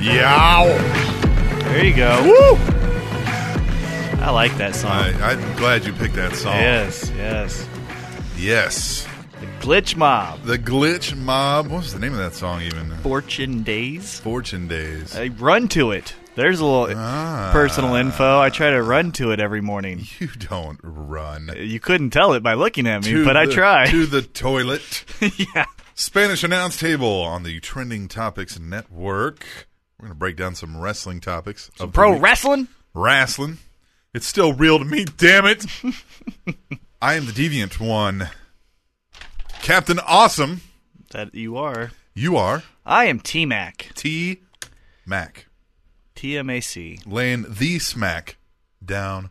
Yow. There you go. Woo! I like that song. I, I'm glad you picked that song. Yes, yes. Yes. The Glitch Mob. The Glitch Mob. What was the name of that song even? Fortune Days. Fortune Days. I run to it. There's a little Ah. personal info. I try to run to it every morning. You don't run. You couldn't tell it by looking at me, to but I the- try. To the toilet. yeah. Spanish Announce Table on the Trending Topics Network. We're going to break down some wrestling topics. of the Pro week. wrestling? wrestling. It's still real to me, damn it. I am the deviant one. Captain Awesome, That you are. you are I am T Mac. T Mac, T M A C. laying the smack down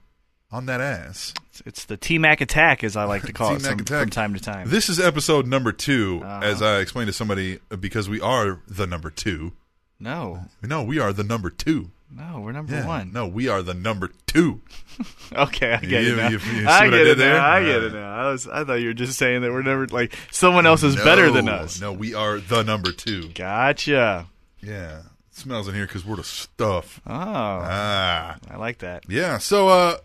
on that ass. It's- It's the T Mac attack, as I like to call it T-Mac some, attack. from time to time. This is episode number 2 as Uh-huh. I explained to somebody, because we are the number two. no, No, we are the number two. no, we're number Yeah. one. No, we are the number two. Okay, I get You- it now. you- you see I what I get did it there? now. I All get right. it now. I was. I thought you were just saying that we're never like someone else is better than No, us. No, we are the number two. Gotcha. Yeah. It smells in here because we're the stuff. Oh, Ah. I like that. Yeah. So uh,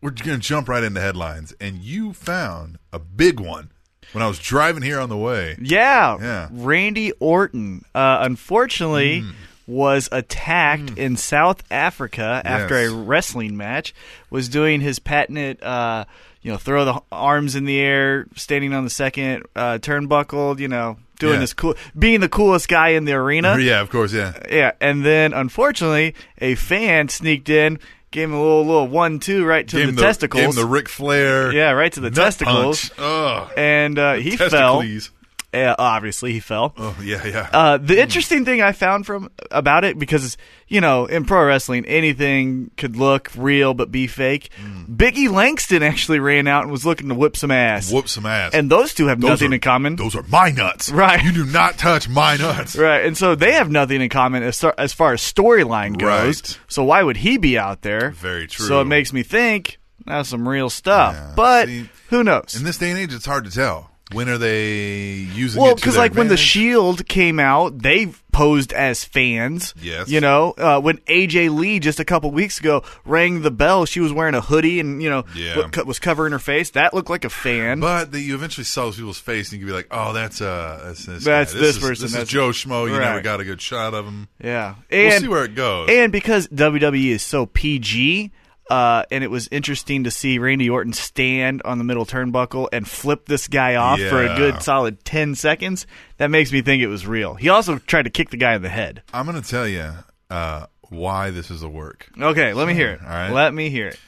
we're going to jump right into headlines. And you found a big one when I was driving here on the way. Yeah. Yeah. Mm. Randy Orton, uh, unfortunately, was attacked in South Africa after Yes. a wrestling match. Was doing his patented, uh, you know, throw the arms in the air, standing on the second uh, turnbuckle. You know, doing Yeah. this cool, being the coolest guy in the arena. Yeah, of course. Yeah. Yeah, and then unfortunately, a fan sneaked in, gave him a little little one two right to Gave the, him testicles. Gave him the Ric Flair. yeah, right to the nut testicles, punch. Ugh. and uh, he fell. Testicles. Yeah, obviously, he fell. Oh, yeah, yeah. Uh, the interesting thing I found from about it because you know in pro wrestling anything could look real but be fake. Mm. Biggie Langston actually ran out and was looking to whip some ass, Whoop some ass. and those two have Those nothing are- in common. Those are my nuts. Right. You do not touch my nuts. Right, and so they have nothing in common as, star- as far as storyline goes. Right. So why would he be out there? Very true. So it makes me think that's some real stuff. Yeah, but see, who knows? In this day and age, it's hard to tell. When are they using well, it? Because, because like when the Shield came out, they posed as fans. Yes. you know uh, when AJ Lee just a couple weeks ago rang the bell, she was wearing a hoodie and you know Yeah. what co- was covering her face. That looked like a fan. But that you eventually saw those people's face, and you could be like, "Oh, that's uh, that's this, That's guy. this is, person. This That's- is Joe Schmo. You never Right. got a good shot of him. yeah, we'll and see where it goes. And because WWE is so PG, uh, and it was interesting to see Randy Orton stand on the middle turnbuckle and flip this guy off for Yeah. a good solid 10 seconds, that makes me think it was real. He also tried to kick the guy in the head. I'm gonna tell you uh, why this is a work. Okay, let me hear it. All right. Let me hear it.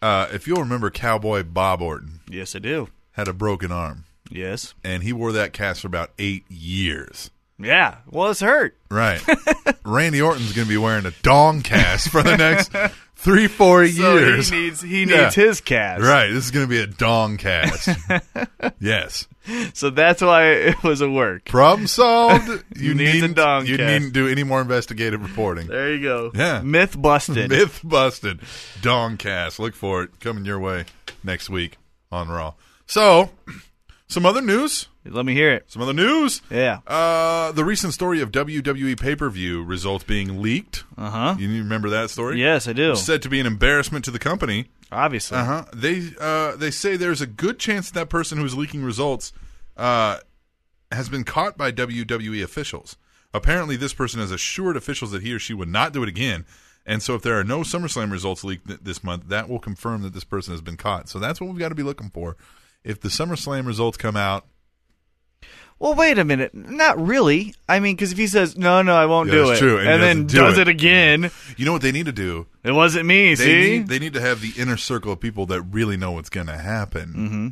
Uh, if you'll remember, Cowboy Bob Orton Yes, I do. had a broken arm, Yes. and he wore that cast for about eight years. Yeah. Well, it's hurt. Right. Randy Orton's gonna be wearing a dong cast for the next three, four years. So he needs he Yeah. needs his cast. Right. This is going to be a dong cast. yes. So that's why it was a work. Problem solved. You Needs a needn't, dong You cast. needn't do any more investigative reporting. There you go. Yeah. Myth busted. Myth busted. Dong cast. Look for it coming your way next week on Raw. So, some other news. Let me hear it. Some other news. Yeah. Uh, the recent story of WWE pay per view results being leaked. Uh Uh-huh. huh. You remember that story? Yes, I do. Said to be an embarrassment to the company. Obviously. Uh huh. They uh, they say there's a good chance that person who is leaking results uh, has been caught by WWE officials. Apparently, this person has assured officials that he or she would not do it again. And so, if there are no SummerSlam results leaked th- this month, that will confirm that this person has been caught. So that's what we've got to be looking for. If the SummerSlam results come out, Well, wait a minute. Not really. I mean, because if he says no, no, I won't Yeah, do it, that's true, and he then doesn't do does it. it. again, You know what they need to do? it wasn't me. They see, need, they need to have the inner circle of people that really know what's going to happen, mm-hmm.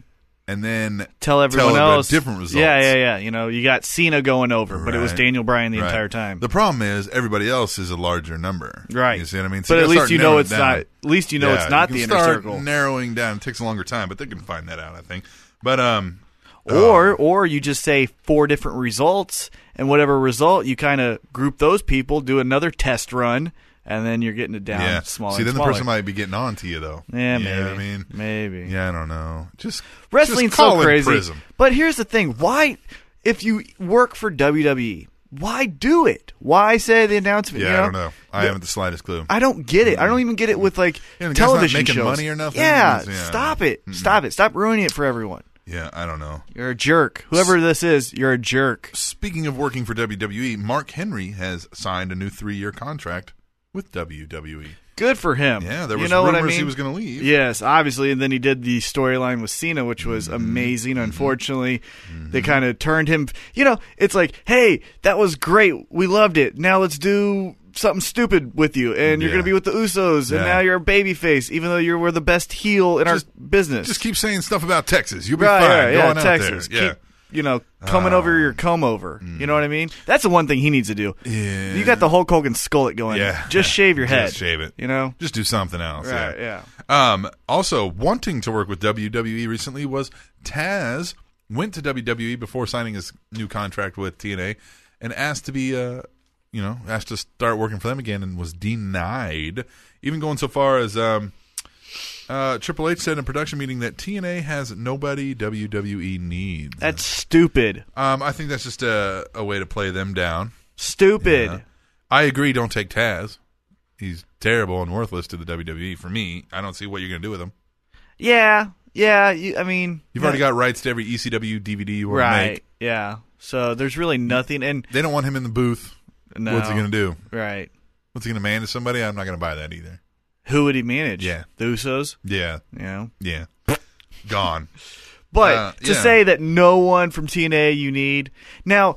and then tell everyone about else different results. Yeah, yeah, yeah. You know, you got Cena going over, but it was Right. Daniel Bryan the Right. entire time. The problem is everybody else is a larger number. right. You see what I mean? So but at gotta least start you know narrowing it's down. not. At least you know Yeah, it's not you the can inner start circle. Narrowing down it takes a longer time, but they can find that out, I think. But um, or or you just say four different results, and whatever result you kind of group those people, do another test run, and then you're getting it down yeah, smaller. see, and then the smaller. person might be getting on to you though. Yeah, You maybe. know what I mean, maybe. yeah, I don't know. Just Wrestling's just call so in crazy. Prism. But here's the thing: why, if you work for WWE, why do it? Why say the announcement? Yeah, you know? I don't know. I haven't the slightest clue. I don't get it. I don't even get it with like Yeah, the guy's not television making shows. money or nothing. Yeah, It's- yeah. Hmm. stop it. Stop it. Stop ruining it for everyone. yeah, I don't know. You're a jerk. Whoever this is, you're a jerk. Speaking of working for WWE, Mark Henry has signed a new three-year contract with WWE. Good for him. Yeah, there was you know rumors what I mean? he was going to leave. Yes, obviously, and then he did the storyline with Cena, which was Mm-hmm. amazing. Unfortunately, they kind of turned him. You know, it's like, hey, that was great. We loved it. Now let's do something stupid with you, and you're Yeah. going to be with the Usos, and Yeah. now you're a babyface, even though you were the best heel in our business. Just keep saying stuff about Texas. You'll be right, fine. right, Go yeah, on out Texas. there. Yeah. Ah. Keep, you know, coming over your comb over. You know what I mean? That's the one thing he needs to do. Yeah. You got the Hulk Hogan skullet going. Yeah. Just shave your Just head. shave it. You know? Just do something else. Right, yeah. Um, also, wanting to work with WWE recently was Taz went to WWE before signing his new contract with TNA and asked to be, uh, you know, asked to start working for them again and was denied. Even going so far as um, uh, Triple H said in a production meeting that TNA has nobody WWE needs. That's stupid. um, I think that's just a, a way to play them down. Stupid. I agree. Don't take Taz. He's terrible and worthless to the WWE. For me, I don't see what you're going to do with him. Yeah, yeah. You, I mean, You've already got rights to every E ECW DVD you want right. to make. Yeah. So there's really nothing, and They don't want him in the booth. no, What's he going to do? right? What's he going to manage somebody? I'm not going to buy that either. Who would he manage? Yeah. the Usos. Yeah, You know, yeah. Gone. but Uh, to yeah. say that no one from TNA you need now.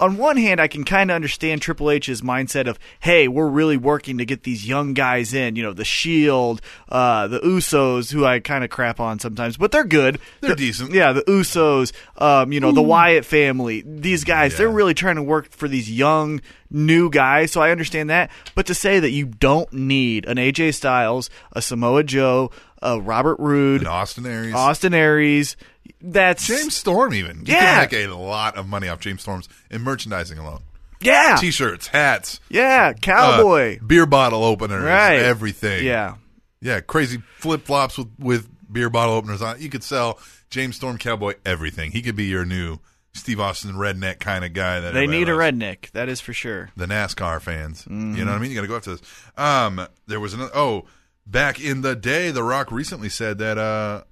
On one hand, I can kind of understand Triple H's mindset of, "Hey, we're really working to get these young guys in." You know, the Shield, E uh, the Usos, who I kind of crap on sometimes, but they're good. They're The- decent. Yeah, the Usos, um, you know, the Wyatt family, these guys, they're Yeah. really trying to work for these young, new guys, so I understand that. But to say that you don't need an AJ Styles, a Samoa Joe, a Robert Roode, In Austin Aries. Austin Aries, that's. James Storm, even. You Yeah. can make a lot of money off James Storms in merchandising alone. Yeah! T shirts, hats, yeah, uh, Cowboy. beer bottle openers, right. everything. Yeah. Yeah, crazy flip flops with, with beer bottle openers on. it. You could sell James Storm Cowboy everything. He could be your new Steve Austin redneck kind of guy. That They everybody need a Mm-hmm. loves. redneck, that is for sure. The NASCAR fans, you know what I mean. You got to go after this. Um, there was another. Oh, back in the day, The Rock recently said that. Uh,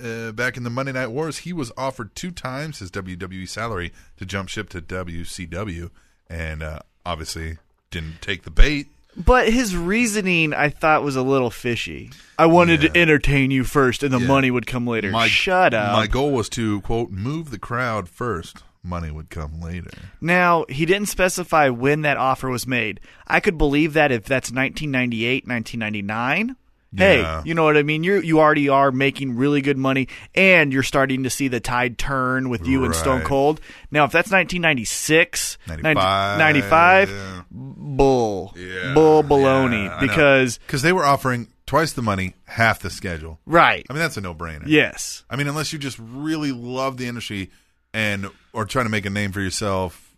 uh, back in the Monday Night Wars, he was offered two times his WWE salary to jump ship to WCW, and uh, obviously didn't take the bait. But his reasoning, I thought, was a little fishy. I wanted to entertain you first, and the money would come later. Shut up. My goal was to quote move the crowd first. Money would come later. Now, he didn't specify when that offer was made. I could believe that if that's 1998, 1999. Yeah. Hey, you know what I mean? You you already are making really good money and you're starting to see the tide turn with you and Stone Right. Cold. Now, if that's 1996, 95, 95, yeah. bull. Yeah, bull baloney yeah, I know. because because they were offering twice the money, half the schedule. right. I mean, that's a no-brainer. yes. I mean, unless you just really love the industry and or trying to make a name for yourself,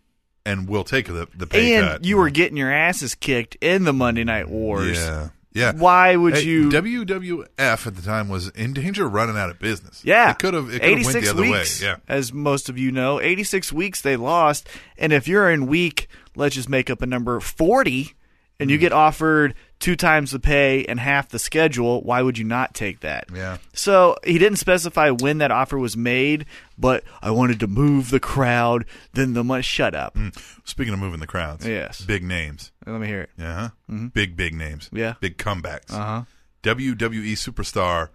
and will take the the pay And cut. you were getting your asses kicked in the Monday Night Wars. yeah, yeah. Why would Hey, you WWF at the time was in danger of running out of business. Yeah, it could have. It could have went the other weeks, way. Yeah, as most of you know, eighty-six weeks they lost, and if you're in week, let's just make up a number forty, and Mm. you get offered two times the pay and half the schedule, why would you not take that? Yeah. So he didn't specify when that offer was made, but I wanted to move the crowd. Then the money. Shut up. Mm. Speaking of moving the crowds, Yes. big names. Let me hear it. Yeah. Big, big names. Yeah. Uh-huh. Big comebacks. Uh huh. WWE superstar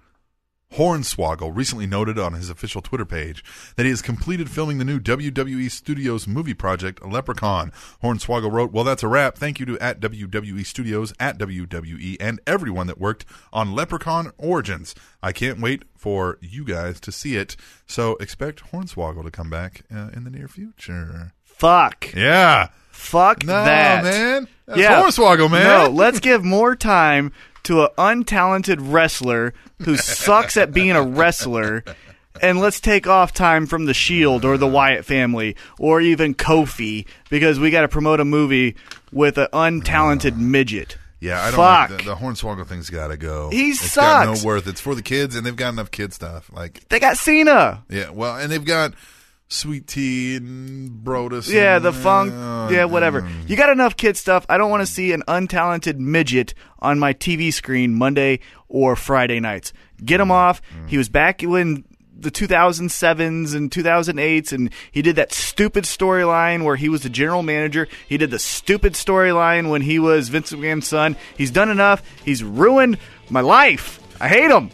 Hornswoggle recently noted on his official Twitter page that he has completed filming the new WWE Studios movie project, Leprechaun. Hornswoggle wrote, Well, that's a wrap. Thank you to at WWE Studios, at WWE, and everyone that worked on Leprechaun Origins. I can't wait for you guys to see it. So expect Hornswoggle to come back uh, in the near future. Fuck. Yeah. Fuck No, that. man. That's Hornswoggle, No, man. let's give more time to an untalented wrestler who sucks at being a wrestler. And let's take off time from the Shield or the Wyatt family or even Kofi because we got to promote a movie with an untalented midget. Yeah, I don't Fuck. know. The, the Hornswoggle thing's got to go. He It's got sucks. no worth. It's for the kids, and they've got enough kid stuff. Like, they got Cena. yeah, well, and they've got Sweet Tea and Brodus. Yeah, and- the funk. Oh, Yeah, whatever. damn. You got enough kid stuff. I don't want to see an untalented midget on my TV screen Monday or Friday nights. Get him off. He was back when the 2007s and 2008s, and he did that stupid storyline where he was the general manager. He did the stupid storyline when he was Vince McMahon's son. He's done enough. He's ruined my life. I hate him.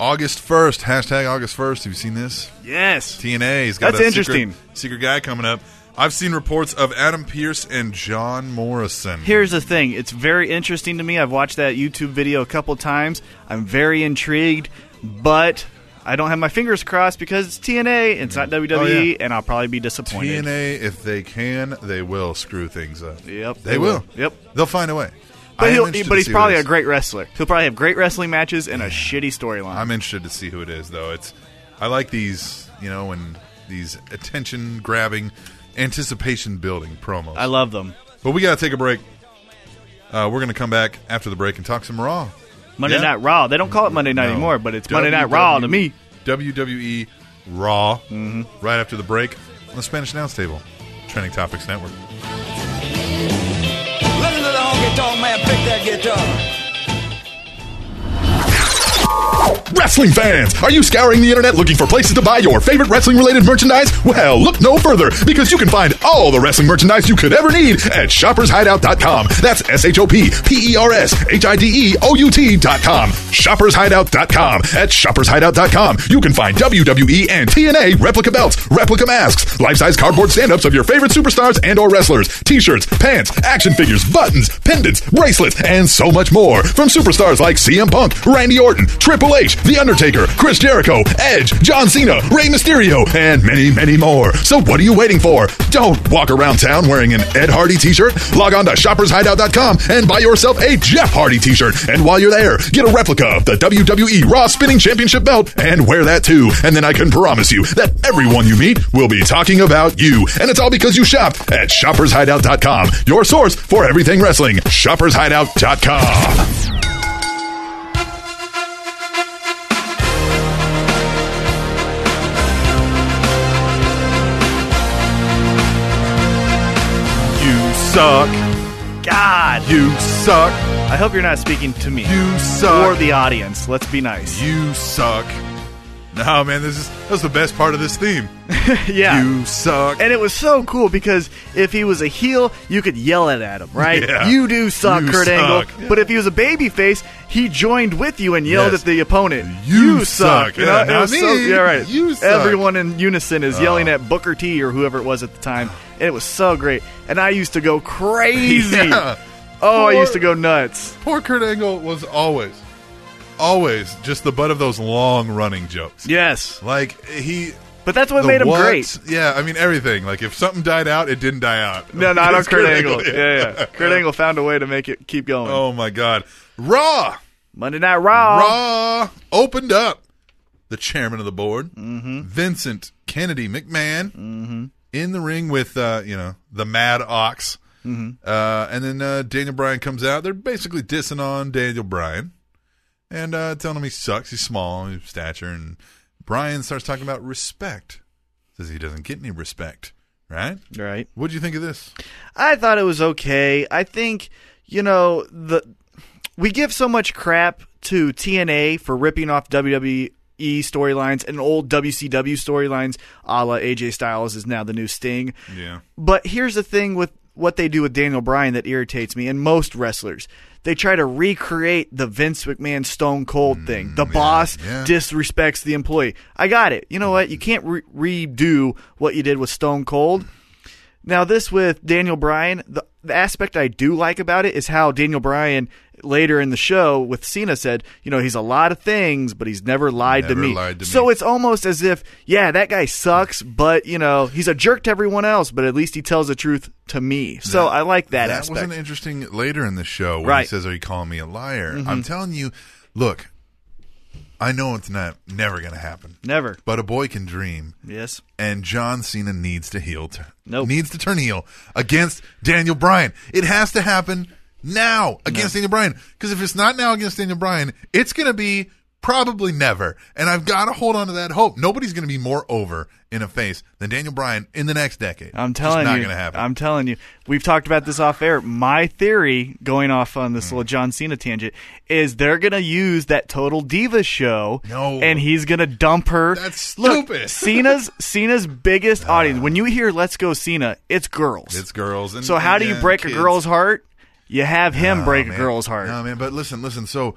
August 1st, hashtag August 1st. Have you seen this? Yes. TNA's got That's a interesting. Secret, secret guy coming up. I've seen reports of Adam Pierce and John Morrison. Here's the thing. It's very interesting to me. I've watched that YouTube video a couple times. I'm very intrigued, but I don't have my fingers crossed because it's TNA. It's not WWE, Oh, yeah. and I'll probably be disappointed. TNA, if they can, they will screw things up. Yep, They, they will. will. Yep. They'll find a way. I But, am he'll, interested but to he's see what probably it a is. great wrestler. He'll probably have great wrestling matches and a shitty storyline. I'm interested to see who it is, though. It's I like these, you know, and these attention grabbing, anticipation building promos. I love them. but we got to take a break. Uh, we're going to come back after the break and talk some Raw. Monday Yeah. Night Raw. They don't call it Monday Night No. E. anymore, but it's Monday Night Raw to WWE me. WWE E Raw. Right after the break on the Spanish Announce Table, Trending Topics Network. Listen to the honky tonk man pick that guitar. Wrestling fans, are you scouring the internet looking for places to buy your favorite wrestling related merchandise? Well, look no further because you can find all the wrestling merchandise you could ever need at shoppershideout.com. That's S H O P P E R S H I D E O U T.com. Shoppershideout.com. At shoppershideout.com, you can find WWE and TNA replica belts, replica masks, life size cardboard stand ups of your favorite superstars and or wrestlers, t shirts, pants, action figures, buttons, pendants, bracelets, and so much more from superstars like CM Punk, Randy Orton, Triple H, The Undertaker, Chris Jericho, Edge, John Cena, Rey Mysterio, and many, many more. So what are you waiting for? Don't walk around town wearing an Ed Hardy t-shirt. Log on to shoppershideout.com and buy yourself a Jeff Hardy t-shirt. And while you're there, get a replica of the WWE Raw Spinning Championship belt and wear that too. And then I can promise you that everyone you meet will be talking about you. And it's all because you shopped at shoppershideout.com, your source for everything wrestling. Shoppershideout.com. You suck. God. You suck. I hope you're not speaking to me You or suck. the audience. Let's be nice. you suck. No, man, this is that was the best part of this theme. yeah. You suck. And it was so cool because if he was a heel, you could yell it at him, right? Yeah. You do suck, You Kurt suck. Angle. But if he was a babyface, he joined with you and yelled Yes. at the opponent. You suck. You Yeah, know, it not was me. so, yeah, right. You suck. Oh. Everyone in unison is yelling at Booker T or whoever it was at the time. And it was so great. And I used to go crazy. Yeah. Oh, I Poor- used to go nuts. Poor Kurt Angle was always, always just the butt of those long running jokes. Yes. Like he But that's what the made him what- great. Yeah, I mean everything. Like if something died out, it didn't die out. No, not on Because Kurt Angle. did. Yeah, yeah. Kurt Angle found a way to make it keep going. Oh my God, Raw, Monday Night Raw. Raw opened up. The chairman of the board, Vincent Kennedy McMahon, in the ring with uh, you know the Mad Ox, uh, and then uh, Daniel Bryan comes out. They're basically dissing on Daniel Bryan and uh, telling him he sucks. He's small, his stature, and Bryan starts talking about respect. Says he doesn't get any respect. Right? Right. What do you think of this? I thought it was okay. I think you know the we give so much crap to TNA for ripping off WWE storylines and old WCW storylines, a la AJ Styles is now the new Sting. Yeah. But here's the thing with what they do with Daniel Bryan that irritates me, and most wrestlers. They try to recreate the Vince McMahon Stone Cold thing. The boss Mm, yeah. disrespects the employee. I got it. You know what? You can't re- redo what you did with Stone Cold. Now, this with Daniel Bryan, the, the aspect I do like about it is how Daniel Bryan later in the show with Cena said, you know, he's a lot of things, but he's never lied Never to me. lied to so me. it's almost as if, yeah, that guy sucks, but, you know, he's a jerk to everyone else, but at least he tells the truth to me. So I like that, that aspect. was an interesting later in the show when he Right. Mm-hmm. says, "Are you calling me a liar?" I'm telling you, look, I know it's not never going to happen, Never. but a boy can dream, Yes. and John Cena needs to heal. T- Nope. needs to turn heel against Daniel Bryan. It has to happen now against Daniel Bryan because if it's not now against Daniel Bryan, it's going to be probably never. And I've got to hold on to that hope. Nobody's going to be more over in a face than Daniel Bryan in the next decade. I'm It's telling just not you. going to happen. I'm telling you. We've talked about this off air. My theory, going off on Mm. this little John Cena tangent, is they're gonna use that Total Divas show, No. and he's gonna dump her. That's Look, stupid. Uh. Cena's Cena's biggest audience. When you hear "Let's Go Cena," it's girls. it's girls. And, so how do you yeah, break kids. a girl's heart? You have him Nah, break Oh, man. a girl's heart. Nah, man. But listen, listen. So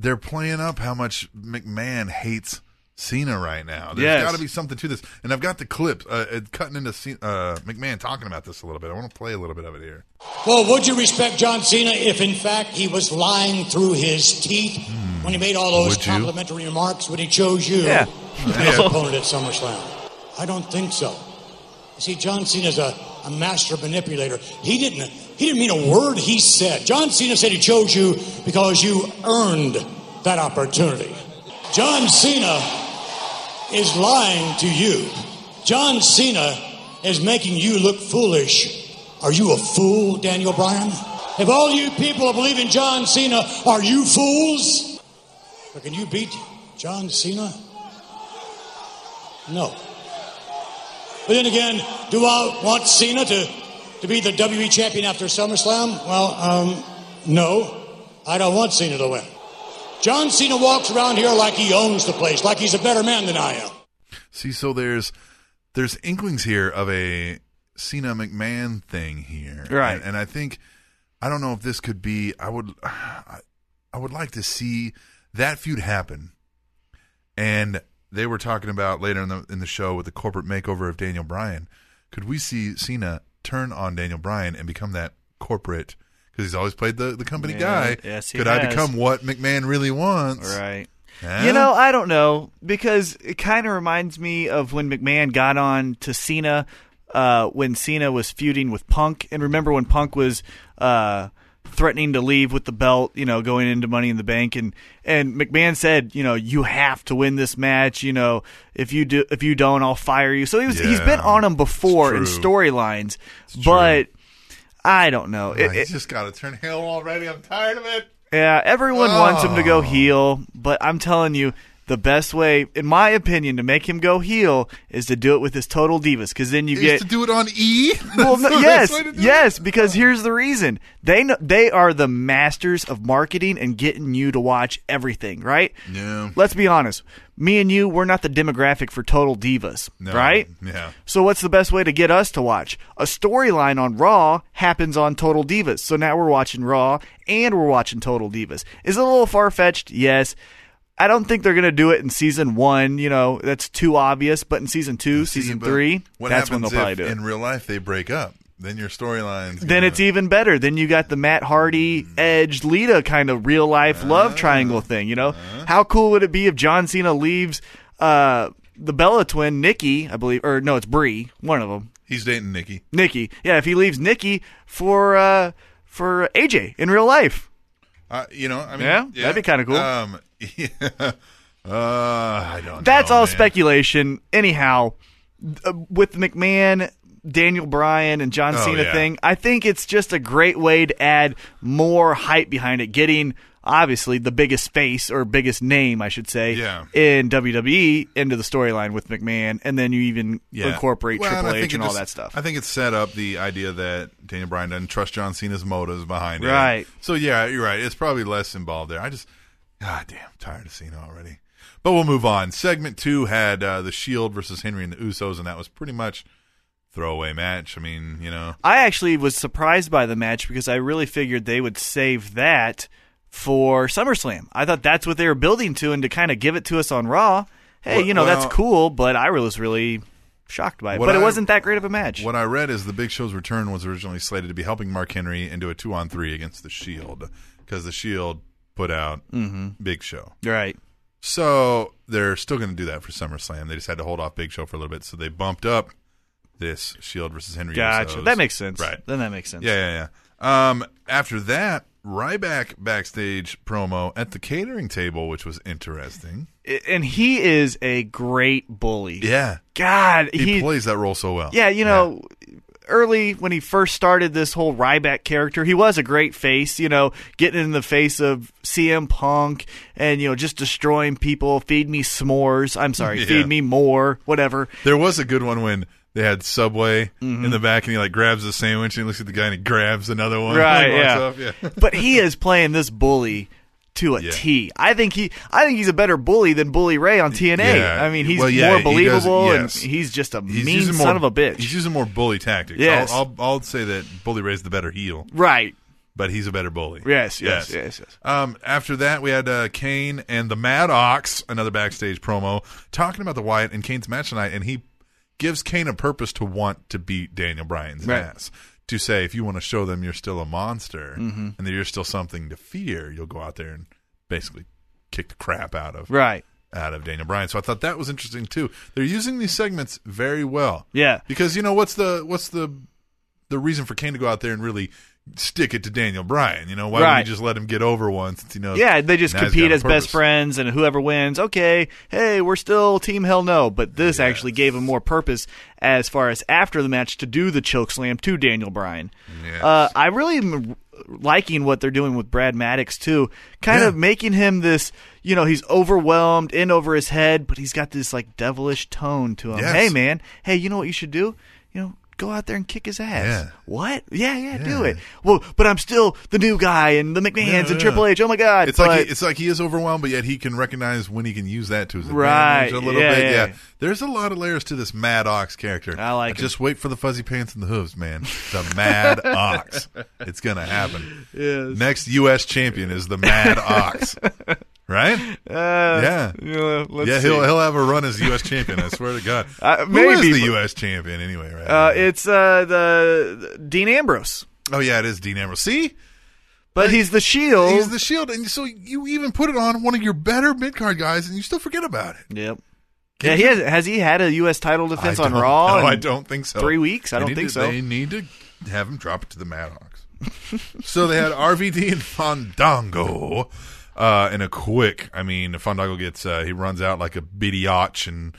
they're playing up how much McMahon hates Cena right now. There's Yes. got to be something to this. And I've got the clip uh, it- cutting into Cena, uh, McMahon talking about this a little bit. I want to play a little bit of it here. Well, would you respect John Cena if, in fact, he was lying through his teeth when he made all those Would you? complimentary remarks when he chose you Hmm. Yeah. as his opponent at SummerSlam? I don't think so. You see, John Cena's a, a master manipulator. He didn't. He didn't mean a word he said. John Cena said he chose you because you earned that opportunity. John Cena is lying to you. John Cena is making you look foolish. Are you a fool, Daniel Bryan? If all you people believe in John Cena, are you fools? But can you beat John Cena? No. But then again, do I want Cena to, to be the WWE champion after SummerSlam? Well, um, no. I don't want Cena to win. John Cena walks around here like he owns the place, like he's a better man than I am. See, so there's there's inklings here of a Cena McMahon thing here, Right. And, and I think I don't know if this could be. I would I, I would like to see that feud happen. And they were talking about later in the in the show with the corporate makeover of Daniel Bryan. Could we see Cena turn on Daniel Bryan and become that corporate? Because he's always played the, the company Yeah, guy. yes, he could I has. become what McMahon really wants? Right. Huh? You know, I don't know because it kind of reminds me of when McMahon got on to Cena uh, when Cena was feuding with Punk, and remember when Punk was uh, threatening to leave with the belt, you know, going into Money in the Bank, and and McMahon said, you know, you have to win this match. You know, if you do, if you don't, I'll fire you. So he was, he's been Yeah. on him before in It's true. storylines, but. I don't know. It- Ah, it- he's just got to turn heel already. I'm tired of it. yeah, everyone wants him to Oh. go heel, but I'm telling you, the best way, in my opinion, to make him go heel is to do it with his total divas, because then you They get. used to do it on E. well, That's no, the best yes, way to do it? yes, because here's the reason they know, they are the masters of marketing and getting you to watch everything, right? Yeah. Let's be honest. Me and you, we're not the demographic for total divas, No, right? yeah. So what's the best way to get us to watch? A storyline on Raw happens on Total Divas. So now we're watching Raw and we're watching Total Divas. Is it a little far fetched? Yes. I don't think they're going to do it in season one. You know, that's too obvious. But in season two, See, season but three, what that's when they'll happens probably if do it. In real life, they break up. Then your storylines. then gonna- it's e- even better. Then you got the Matt Hardy, Mm. Edge, Lita kind of real life Ah. love triangle thing. You know, Uh-huh. how cool would it be if John Cena leaves uh, the Bella twin, Nikki, I believe, or no, it's Brie, one of them, he's dating Nikki. Nikki. Yeah, if he leaves Nikki for uh, for AJ in real life, Uh, you know, I mean, Yeah, that'd be kinda cool. Um, yeah. Uh, I don't. that's know, all Oh, man. speculation. Anyhow, uh, with McMahon. Daniel Bryan and John Oh, Cena yeah. thing. I think it's just a great way to add more hype behind it. Getting obviously the biggest face or biggest name, I should say, Yeah. in WWE into the storyline with McMahon, and then you even incorporate Well, Triple I think H and it all just- that stuff. I think it's set up the idea that Daniel Bryan doesn't trust John Cena's motives behind it. Right. So yeah, you're right. It's probably less involved there. I just, god damn, I'm tired of Cena already. But we'll move on. Segment two had uh, the Shield versus Henry and the Usos, and that was pretty much throwaway match. I mean, you know, I actually was surprised by the match because I really figured they would save that for SummerSlam. I thought that's what they were building to and to kind of give it to us on Raw. Hey, Well- you know, well- that's cool, but I was really shocked by it. What But I- it wasn't that great of a match. what I read is the Big Show's return was originally slated to be helping Mark Henry into a two on three against the Shield because the Shield put out Mm-hmm. Big Show. right. So they're still going to do that for SummerSlam. They just had to hold off Big Show for a little bit, so they bumped up this Shield versus Henry. Gotcha. Usos. That makes sense. Right. Then that makes sense. Yeah, yeah, yeah. Um, after that, Ryback backstage promo at the catering table, which was interesting. I- And he is a great bully. Yeah, God, he, he plays that role so well. Yeah, you know, early when he first started this whole Ryback character, he was a great face, you know, getting in the face of CM Punk and, you know, just destroying people. Feed me s'mores. I'm sorry, Yeah. feed me more, whatever. There was a good one when they had Subway Mm-hmm. in the back, and he like grabs a sandwich and he looks at the guy and he grabs another one. Like, Right, yeah. walks off. yeah. but he is playing this bully. To a T. Yeah. I think he, I think he's a better bully than Bully Ray on TNA. Yeah. I mean, he's Well, yeah, more he does- believable, yes. and he's just a He's mean using son more- of a bitch. He's using more bully tactics. Yes. I'll, I'll, I'll say that Bully Ray's the better heel, right? but he's a better bully. Yes, yes, yes, yes. Um, after that, we had uh, Kane and the Mad Ox, another backstage promo, talking about the Wyatt and Kane's match tonight, and he gives Kane a purpose to want to beat Daniel Bryan's Right. ass. To say, if you want to show them you're still a monster Mm-hmm. and that you're still something to fear, you'll go out there and basically kick the crap out of Right. out of Daniel Bryan. So I thought that was interesting too. They're using these segments very well. Yeah. Because you know what's the what's the the reason for Kane to go out there and really stick it to Daniel Bryan? You know why Right. would you just let him get over once? Since he knows Yeah, they just now he's compete got a as best purpose. friends, and whoever wins, okay, hey, we're still Team Hell No. But this actually gave him more purpose as far as after the match to do the choke slam to Daniel Bryan. Yes. Uh, I really am liking what they're doing with Brad Maddox too, kind of Yeah. making him this. You know, he's overwhelmed, in over his head, but he's got this like devilish tone to him. Yes. Hey, man, hey, you know what you should do? You know. Go out there and kick his Yeah. ass. What? Yeah, yeah, do Yeah. it. Well, but I'm still the new guy and the McMahon's Yeah, and yeah. Triple H. Oh my God! It's but- like he, it's like he is overwhelmed, but yet he can recognize when he can use that to his Right, advantage a little yeah, bit. yeah. Yeah. there's a lot of layers to this Mad Ox character. I like him. Just wait for the fuzzy pants and the hooves, man. The Mad Ox. It's gonna happen. Next U.S. champion is the Mad Ox, right? Uh, yeah, Yeah, let's yeah. see. He'll he'll have a run as U.S. champion. I swear to God. Uh, Who is maybe, the but- U.S. champion anyway? Right? uh, it's uh, the the Dean Ambrose, oh yeah, it is Dean Ambrose. See, but he's the Shield. he's the Shield, and so you even put it on one of your better mid card guys, and you still forget about it. yep. Yeah, he has, has he had a U.S. title defense I on don't- Raw? No, and- I don't think so. three weeks? I They don't need think to- so. They need to have him drop it to the Maddox. so they had RVD and Fandango. Uh, in a quick, I mean, Fandango gets uh, he runs out like a bidiotch and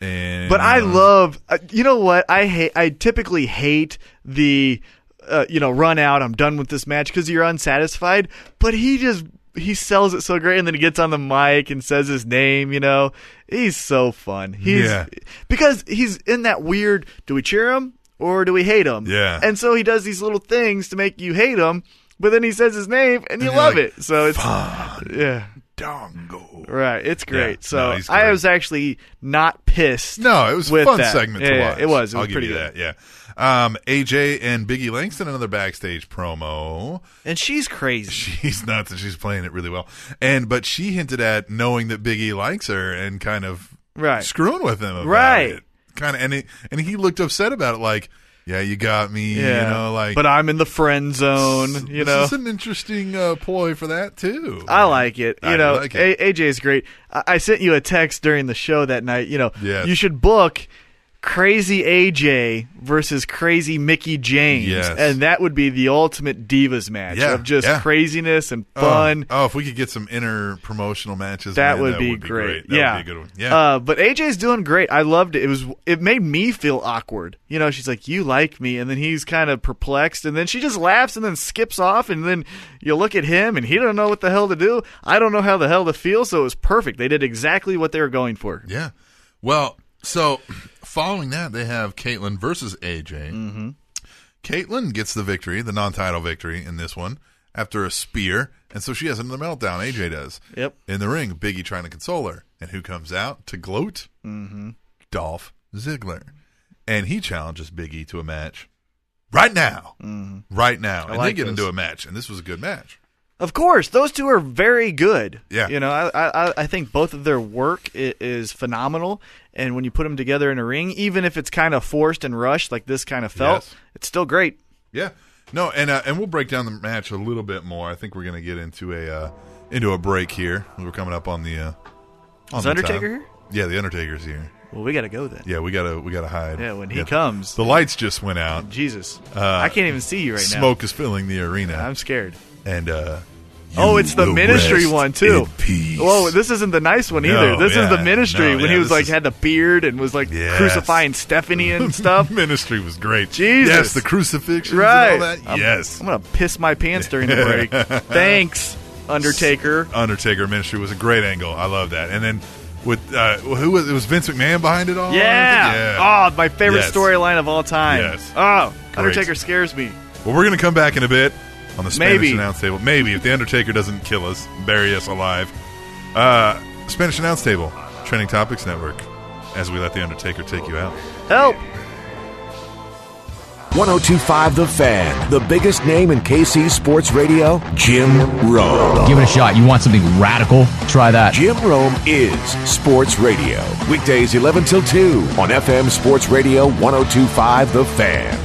and. But I uh, love. Uh, you know what? I hate. I typically hate the. Uh, you know, run out. I'm done with this match because you're unsatisfied. But he just he sells it so great, and then he gets on the mic and says his name. You know, he's so fun. He's Yeah. because he's in that weird. Do we cheer him or do we hate him? Yeah. And so he does these little things to make you hate him, but then he says his name and you you're love like, it. So it's yeah, Fandango. right. It's great. no, so he's I great. was actually not pissed. No, it was a with fun that. segment Yeah, to yeah, watch. it was. It I'll was give pretty you good. that. Yeah. Um, AJ and Biggie Langston another backstage promo. And she's crazy. She's nuts and she's playing it really well. And but she hinted at knowing that Biggie likes her and kind of Right. screwing with him about Right. it. Kind of and it, and he looked upset about it like, yeah, you got me, Yeah. you know, like but I'm in the friend zone, you this know. is an interesting uh, ploy for that too. I like it. You I know, like it. A- AJ is great. I-, I sent you a text during the show that night. You know, Yes. you should book Crazy AJ versus Crazy Mickey James, Yes. and that would be the ultimate divas match Yeah, of just yeah. craziness and Oh, fun. Oh, if we could get some inter promotional matches, That, man, would, be great. That yeah, would be a good one. Yeah. Uh, but AJ's doing great. I loved it. It was. It made me feel awkward. You know, she's like, "You like me," and then he's kind of perplexed, and then she just laughs and then skips off, and then you look at him, and he don't know what the hell to do. I don't know how the hell to feel. So it was perfect. They did exactly what they were going for. Yeah. Well, so following that, they have Caitlyn versus AJ. Mm-hmm. Caitlyn gets the victory, the non-title victory in this one after a spear, and so she has another meltdown. AJ does. Yep. In the ring, Biggie trying to console her, and who comes out to gloat? Mm-hmm. Dolph Ziggler. and he challenges Big E to a match right now, right now, and Mm-hmm. like they get this. into a match, and this was a good match. Of course, those two are very good. Yeah. you know, I- I I, I think both of their work is, is phenomenal, and when you put them together in a ring, even if it's kind of forced and rushed, like this kind of felt, Yes. it's still great. Yeah, no, and uh, and we'll break down the match a little bit more. I think we're gonna get into a uh, into a break here. We're coming up on the uh, on Is the Undertaker time. here? Yeah, the Undertaker's here. Well, we got to go then. Yeah, we gotta we gotta hide. Yeah, when he comes. the lights just went out. Jesus, I can't even see you right Uh, Smoke is filling the arena, now. I'm scared. and uh, oh, you it's the will ministry rest one too. in peace. Whoa, this isn't the nice one either. No, this is the yeah, ministry no, when yeah, he was this like is- had the beard and was like Yes. crucifying Stephanie and stuff. ministry was great. Jesus. yes, the crucifixion, right? And all that. I'm- yes, I'm gonna piss my pants during the break. Thanks, Undertaker. Undertaker ministry was a great angle. I love that. And then with uh, who was it? Was Vince McMahon behind it all? Yeah. Oh, my favorite Yes. storyline of all time. Yes. Oh, Undertaker Great. scares me. Well, we're gonna come back in a bit on the Spanish Maybe. announce table. Maybe if the Undertaker doesn't kill us, bury us alive. Uh, Spanish announce table, trending topics network. As we let the Undertaker take you out. Help. 1025 The Fan. The biggest name in KC Sports Radio, Jim Rome. Give it a shot. You want something radical? Try that. Jim Rome is Sports Radio. Weekdays 11 till 2 on FM Sports Radio 1025 The Fan.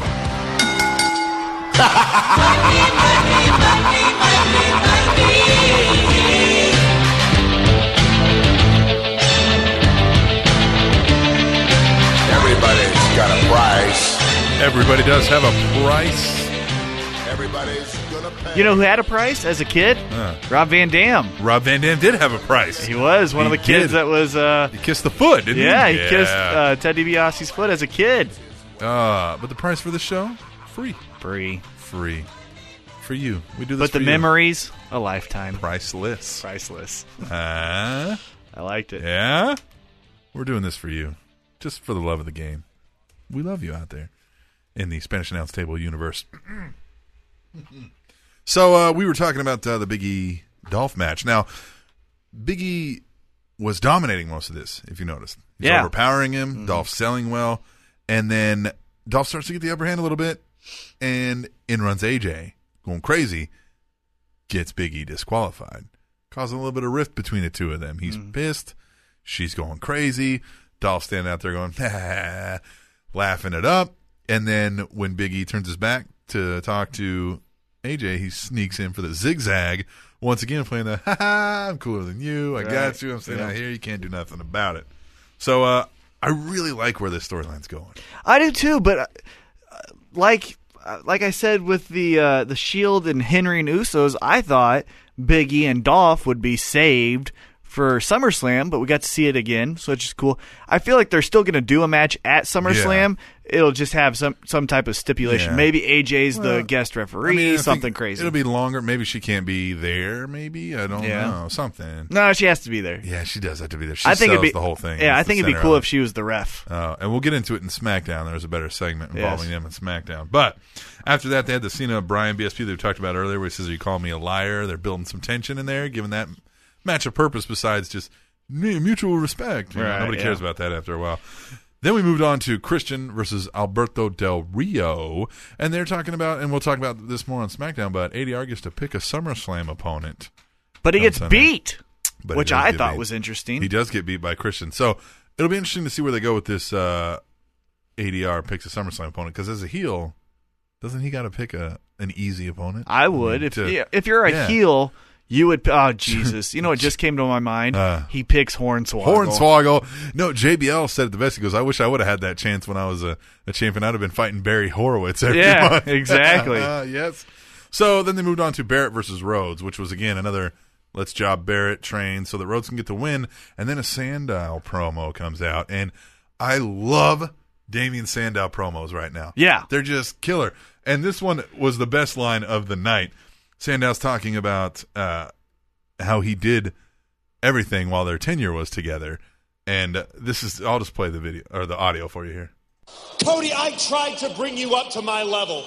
Everybody's got a price. Everybody does have a price. Everybody's gonna pay. You know who had a price as a kid? Rob Van Dam. Rob Van Dam did have a price. He was one He of the kids did. that was. Uh, He kissed the foot, didn't yeah, he? he kissed uh, Ted DiBiase's foot as a kid. Uh, but the price for the show? Free. Free, Free. For you. We do this but the for you. memories, a lifetime, Priceless. Ah. priceless. Huh? I liked it. yeah? We're doing this for you. Just for the love of the game. We love you out there in the Spanish Announce Table universe. so uh, we were talking about uh, the Big E Dolph match. Now, Big E was dominating most of this, if you noticed. He's Yeah. Mm-hmm. overpowering him. Dolph selling well. And then Dolph starts to get the upper hand a little bit. And in runs AJ, going crazy, gets Big E disqualified, causing a little bit of rift between the two of them. He's Mm-hmm. pissed. She's going crazy. Dolph standing out there going, laughing it up. And then when Big E turns his back to talk to AJ, he sneaks in for the zigzag. Once again, playing the, ha ha, I'm cooler than you. I got you. I'm sitting out here. You can't do nothing about it. So uh, I really like where this storyline's going. I do too, but uh, like uh, like I said with the uh, the Shield and Henry and Usos, I thought Big E and Dolph would be saved for SummerSlam, but we got to see it again, so it's just cool. I feel like they're still going to do a match at SummerSlam. It'll just have some some type of stipulation. Yeah. Maybe AJ's the Well, guest referee, I mean, I think something crazy. It'll be longer. Maybe she can't be there. Maybe I don't Yeah. know. Something. no, she has to be there. Yeah, she does have to be there. She I think sells it'd be the whole thing. Yeah, It's I the think it'd be center cool of if she was the ref. Uh, and we'll get into it in SmackDown. There's a better segment involving Yes. them in SmackDown. But after that, they had the Cena Brian BSP that we talked about earlier, where he says, "You call me a liar." They're building some tension in there, giving that match a purpose besides just mu- mutual respect. You know, Right, nobody yeah. cares about that after a while. Then we moved on to Christian versus Alberto Del Rio, and they're talking about, and we'll talk about this more on SmackDown. But ADR gets to pick a SummerSlam opponent. But he I'm gets sorry. beat, But he which does I get thought beat. was interesting. He does get beat by Christian. So it'll be interesting to see where they go with this uh, ADR picks a SummerSlam opponent because as a heel, doesn't he got to pick a an easy opponent? I would mean, if to- yeah, if you're a yeah. heel, you would. Oh Jesus! You know what just came to my mind? he picks Hornswoggle. Uh. Hornswoggle. No, JBL said it the best. He goes, "I wish I would have had that chance when I was a, a champion. I'd have been fighting Barry Horowitz every Yeah, month." exactly. Uh, yes. So then they moved on to Barrett versus Rhodes, which was again another let's job Barrett train so that Rhodes can get the win. And then a Sandow promo comes out, and I love Damian Sandow promos right now. Yeah. they're just killer. And this one was the best line of the night. Sandow's talking about uh, how he did everything while their tenure was together. And uh, this is, I'll just play the video or the audio for you here. Cody, I tried to bring you up to my level.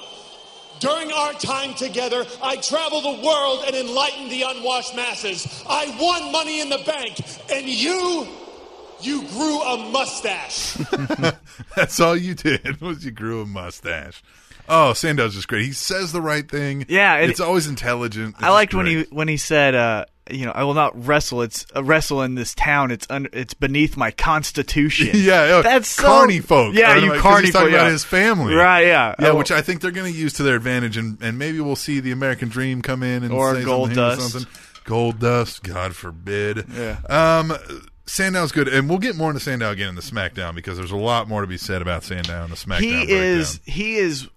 During our time together, I traveled the world and enlightened the unwashed masses. I won money in the bank, and you You grew a mustache. That's all you did was you grew a mustache. Oh, Sandow's just great. He says the right thing. Yeah, it- it's always intelligent. It's I liked just when he great. when he said, uh, you know, I will not wrestle. It's uh, wrestle in this town. It's un- it's beneath my constitution. Yeah, yeah, that's so, carny folk. Yeah, Or you like- 'cause carny He's talking folk. about yeah. his family, Right? Yeah, Yeah, Oh, which I think they're going to use to their advantage, and, and maybe we'll see the American Dream come in and Or say Gold something, or Dust. something. Gold Dust, God forbid. Yeah. Um, Sandow's good, and we'll get more into Sandow again in the SmackDown because there's a lot more to be said about Sandow in the SmackDown. he breakdown. is he is.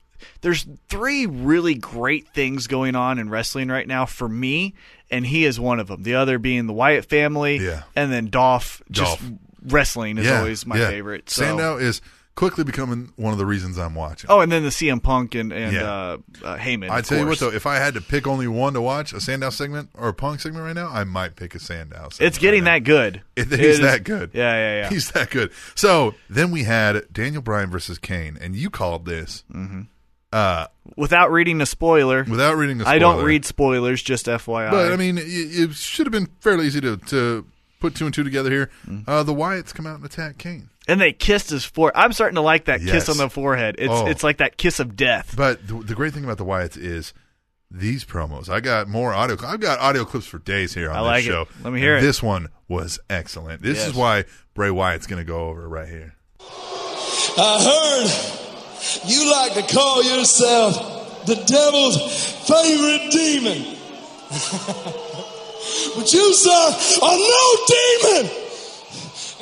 There's three really great things going on in wrestling right now for me, and he is one of them. The other being the Wyatt family, Yeah. and then Dolph. Just Dolph. wrestling is Yeah, always my yeah. favorite. So. Sandow is quickly becoming one of the reasons I'm watching. Oh, and then the CM Punk and and Yeah. uh, uh, Heyman. I of tell you what course. though, if I had to pick only one to watch, a Sandow segment or a Punk segment right now, I might pick a Sandow. Segment it's getting right now. that good. It- It he's is- that good. Yeah, yeah, yeah. He's that good. So then we had Daniel Bryan versus Kane, and you called this Mm. uh, without reading a spoiler. without reading the. Spoiler. I don't read spoilers, just FYI. but I mean, it, it should have been fairly easy to, to put two and two together here. Mm. Uh, the Wyatts come out and attack Kane, and they kissed his forehead. I'm starting to like that Yes. kiss on the forehead. It's Oh. it's like that kiss of death. but the, the great thing about the Wyatts is. These promos, I got more audio. I've got audio clips for days here on I this like it. show. Let me hear And it. This one was excellent. This is Yes. why Bray Wyatt's going to go over right here. I heard you like to call yourself the devil's favorite demon. but you, sir, are no demon.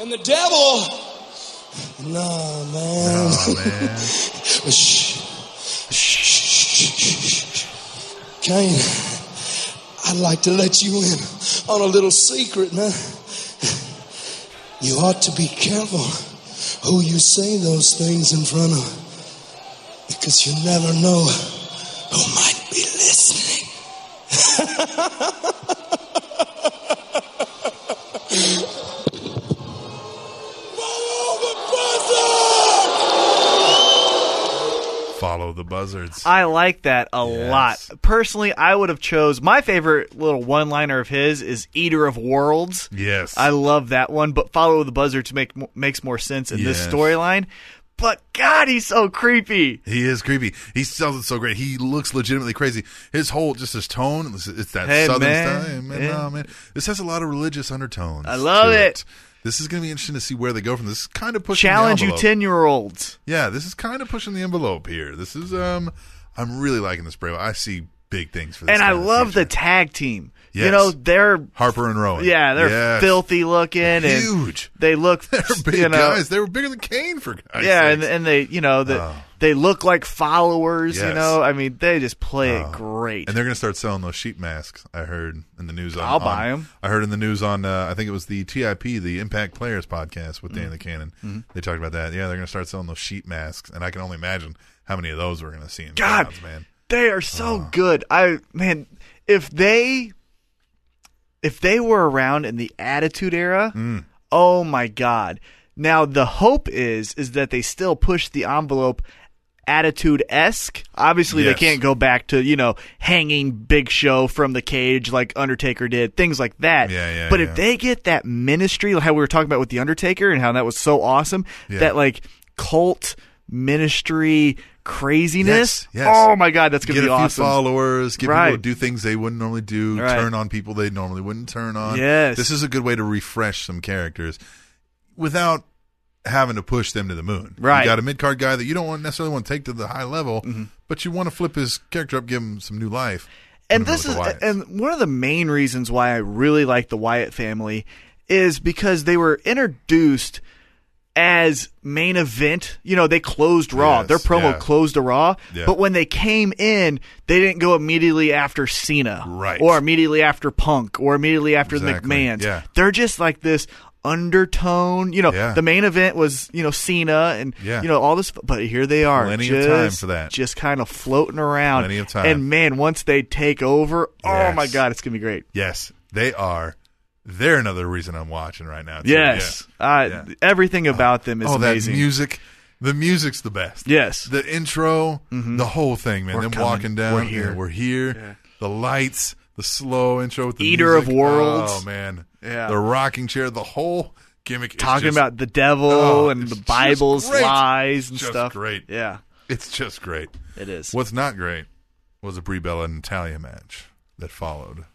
And the devil. No, man. Oh man, Shh. Shh, shh, shh, shh. Kane, I'd like to let you in on a little secret, man. You ought to be careful who you say those things in front of, because you never know who might be listening. follow the buzzards. I like that a Yes. lot. Personally, I would have chose my favorite little one liner of his is "Eater of Worlds." yes, I love that one, but follow the buzzer to make mo- makes more sense in this Yes. storyline. But God, he's so creepy. He is creepy. He sells it so great. He looks legitimately crazy. His whole just his tone. It's, it's that Hey, southern man. style. Hey, man, Yeah. nah, man. This has a lot of religious undertones. I love to it. This is going to be interesting to see where they go from this. Is kind of pushing Challenge the you envelope. ten year olds. Yeah, this is kind of pushing the envelope here. This is um, I'm really liking this Brave. I see big things for this. And I guy in love the future. tag team. You Yes. know, they're Harper and Rowan. yeah, they're Yes. filthy looking and Huge. They look They're big you know, guys. They were bigger than Kane for guys. Yeah, and, sakes. and they you know the, they look like followers, you Oh. Yes. Oh. know. I mean, they just play it great. And they're going to start selling those sheep masks. I heard in the news. On, I'll buy on- 'em. I heard in the news on uh, I think it was the TIP, the Impact Players podcast with Mm-hmm. Dan the Cannon. They talked about that. Yeah, they're going to start selling those sheep masks, and I can only imagine how many of those we're going to see in God. crowds, man. They are so good. I man, if they if they were around in the Attitude Era, Mm. oh my god. Now the hope is is that they still push the envelope attitude esque. Obviously Yes. they can't go back to, you know, hanging Big Show from the cage like Undertaker did, things like that. Yeah, yeah, but yeah. if they get that ministry, like how we were talking about with the Undertaker and how that was so awesome, Yeah. that like cult ministry craziness. Yes, yes. Oh my god, that's Get gonna a be few awesome. followers. Get Right. people to do things they wouldn't normally do. Right. Turn on people they normally wouldn't turn on. Yes. this is a good way to refresh some characters without having to push them to the moon. Right. Mm-hmm. You got a mid card guy that you don't want, necessarily want to take to the high level, but you want to flip his character up, give him some new life. and Put him this in is with the Wyatts. and one of the main reasons why I really like the Wyatt family is because they were introduced as main event. You know, they closed Raw. Yes, Their promo yeah. closed a Raw, Yeah. but when they came in, they didn't go immediately after Cena, Right. or immediately after Punk, or immediately after Exactly, the McMahon's. yeah. They're just like this undertone. You know, Yeah. the main event was you know Cena and Yeah. you know all this, but here they are, Plenty of just, time for that. just kind of floating around, Plenty of time. and man, once they take over, oh Yes. my god, it's gonna be great. Yes, they are. They're another reason I'm watching right now. too. Yes, Uh, Yeah. everything about them Yeah. is Oh, that amazing. music. The music's the best. Yes. Mm-hmm. The intro, the whole thing, man. We're Them coming. walking down. We're yeah, here. we're here. The lights, the slow intro with the Eater of music. Worlds. Oh man. Yeah. The rocking chair, the whole gimmick. is talking just- about the devil Oh, and it's the just Bible's great. lies and Just stuff. great. Yeah, It's just great. it is. What's not great was a Brie Bella and Natalia match that followed.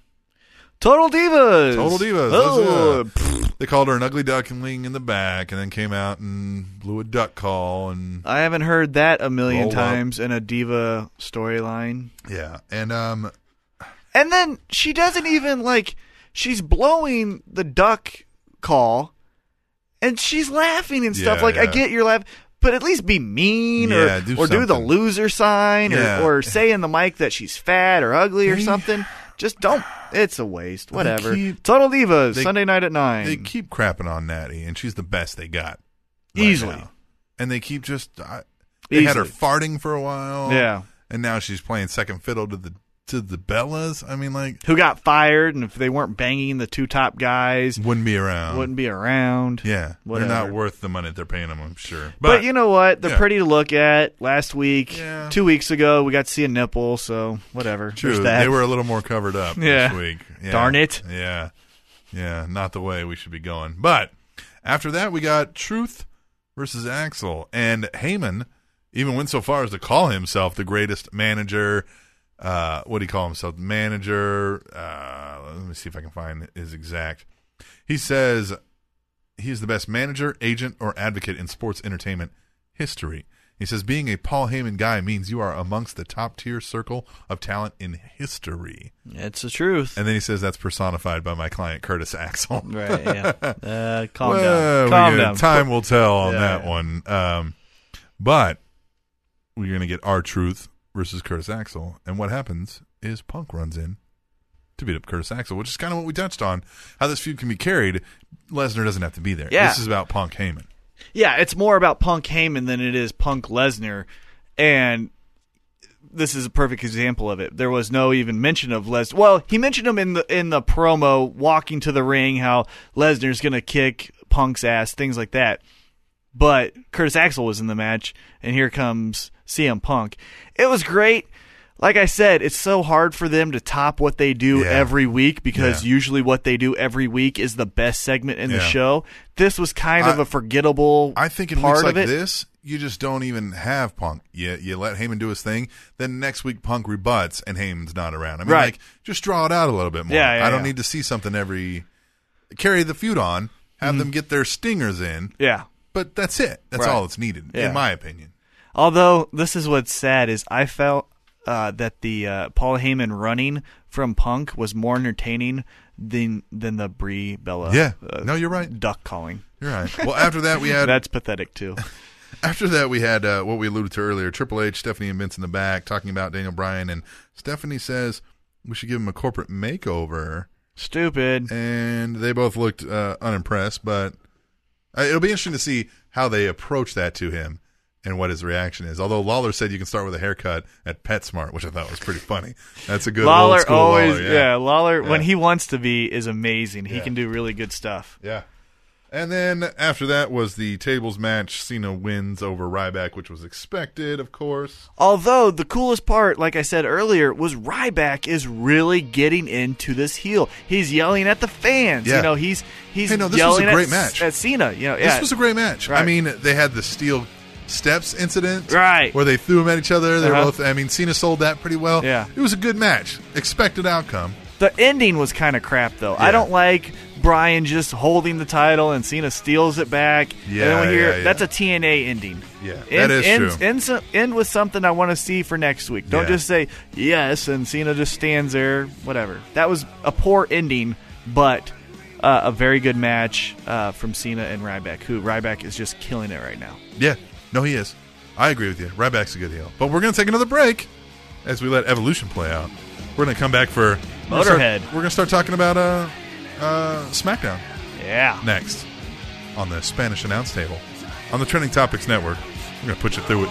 Total divas. Total Divas. Oh, those, yeah. They called her an ugly duckling in the back and then came out and blew a duck call and I haven't heard that a million Roll up. times in a diva storyline. yeah. And um And then she doesn't even like she's blowing the duck call and she's laughing and stuff. Yeah, like I yeah. get your laugh, but at least be mean or Yeah, do or do the something. loser sign Yeah. or, or say in the mic that she's fat or ugly or something. Just don't it's a waste. Whatever. keep- Total Divas, they- Sunday night at nine. they keep crapping on Natty and she's the best they got. right Easily. now. And they keep just I, they had her Easily. farting for a while. Yeah. And now she's playing second fiddle to the to the Bellas. I mean like Who got fired and if they weren't banging the two top guys wouldn't be around. wouldn't be around. yeah. Whatever. They're not worth the money they're paying them, I'm sure. But, you know what? They're yeah. pretty to look at. Last week, Yeah. two weeks ago, we got to see a nipple, so whatever. True. There's that. They were a little more covered up Yeah. this week. Yeah. Darn it. Yeah. Yeah. Not the way we should be going. But after that, we got Truth versus Axel. And Heyman even went so far as to call himself the greatest manager. Uh, what do you call himself? Manager. Uh, let me see if I can find his exact. He says he's the best manager, agent, or advocate in sports entertainment history. He says being a Paul Heyman guy means you are amongst the top tier circle of talent in history. It's the truth. And then he says that's personified by my client Curtis Axel. right, yeah. Uh, calm Well, down. we Calm gotta- down. Time will tell on Yeah. that one. Um, but we're gonna get our truth versus Curtis Axel, and what happens is Punk runs in to beat up Curtis Axel, which is kind of what we touched on. How this feud can be carried. Lesnar doesn't have to be there. Yeah. This is about Punk Heyman. Yeah, it's more about Punk Heyman than it is Punk Lesnar. And this is a perfect example of it. There was no even mention of Lesnar. Well, he mentioned him in the in the promo walking to the ring how Lesnar's going to kick Punk's ass, things like that. But Curtis Axel was in the match and here comes CM Punk. It was great. Like I said, it's so hard for them to top what they do Yeah. every week because Yeah. usually what they do every week is the best segment in the Yeah. show. This was kind of I- a forgettable I think in part weeks like of it. this, you just don't even have Punk. You you let Heyman do his thing. Then next week, Punk rebuts, and Heyman's not around. I mean, Right. like just draw it out a little bit more. Yeah, yeah, I don't yeah. need to see something every. Carry the feud on. Have them get their stingers in. Mm-hmm. Yeah. But that's it. That's Right. all that's needed, Yeah. in my opinion. Although this is what's sad is I felt uh, that the uh, Paul Heyman running from Punk was more entertaining than than the Brie Bella. Yeah. uh, No, you're right. Duck calling. You're right. Well, after that we had That's pathetic too. after that we had uh, what we alluded to earlier. Triple H, Stephanie, and Vince in the back talking about Daniel Bryan, and Stephanie says we should give him a corporate makeover. Stupid. and they both looked uh, unimpressed. But uh, it'll be interesting to see how they approach that to him and what his reaction is. Although Lawler said you can start with a haircut at PetSmart, which I thought was pretty funny. That's a good old Lawler school always, Lawler, yeah. Lawler when Yeah. he wants to be is amazing. He Yeah. can do really good stuff. yeah. And then after that was the tables match. Cena wins over Ryback, which was expected, of course. Although the coolest part, like I said earlier, was Ryback is really getting into this heel. He's yelling at the fans. Yeah. You know, he's he's Hey, no, this was a yelling great at, match. at Cena. You know, yeah. This was a great match. I Right. mean, they had the steel steps incident, Right. Where they threw them at each other. They Uh-huh. were both. I mean, Cena sold that pretty well. Yeah. it was a good match. Expected outcome. The ending was kind of crap, though. I Yeah. don't like Brian just holding the title and Cena steals it back. And then Yeah, we hear yeah, yeah. that's a TNA ending. Yeah, that end, is end, true. End, so- end with something I want to see for next week. Don't Yeah. just say yes and Cena just stands there. Whatever. That was a poor ending, but uh, a very good match uh, from Cena and Ryback. Who Ryback is just killing it right now. Yeah. No, he is. I agree with you. Ryback's a good heel. But we're going to take another break as we let Evolution play out. We're going to come back for we're gonna start- Motorhead. We're going to start talking about uh, uh, SmackDown Yeah. next on the Spanish announce table on the Trending Topics Network. We're going to put you through it.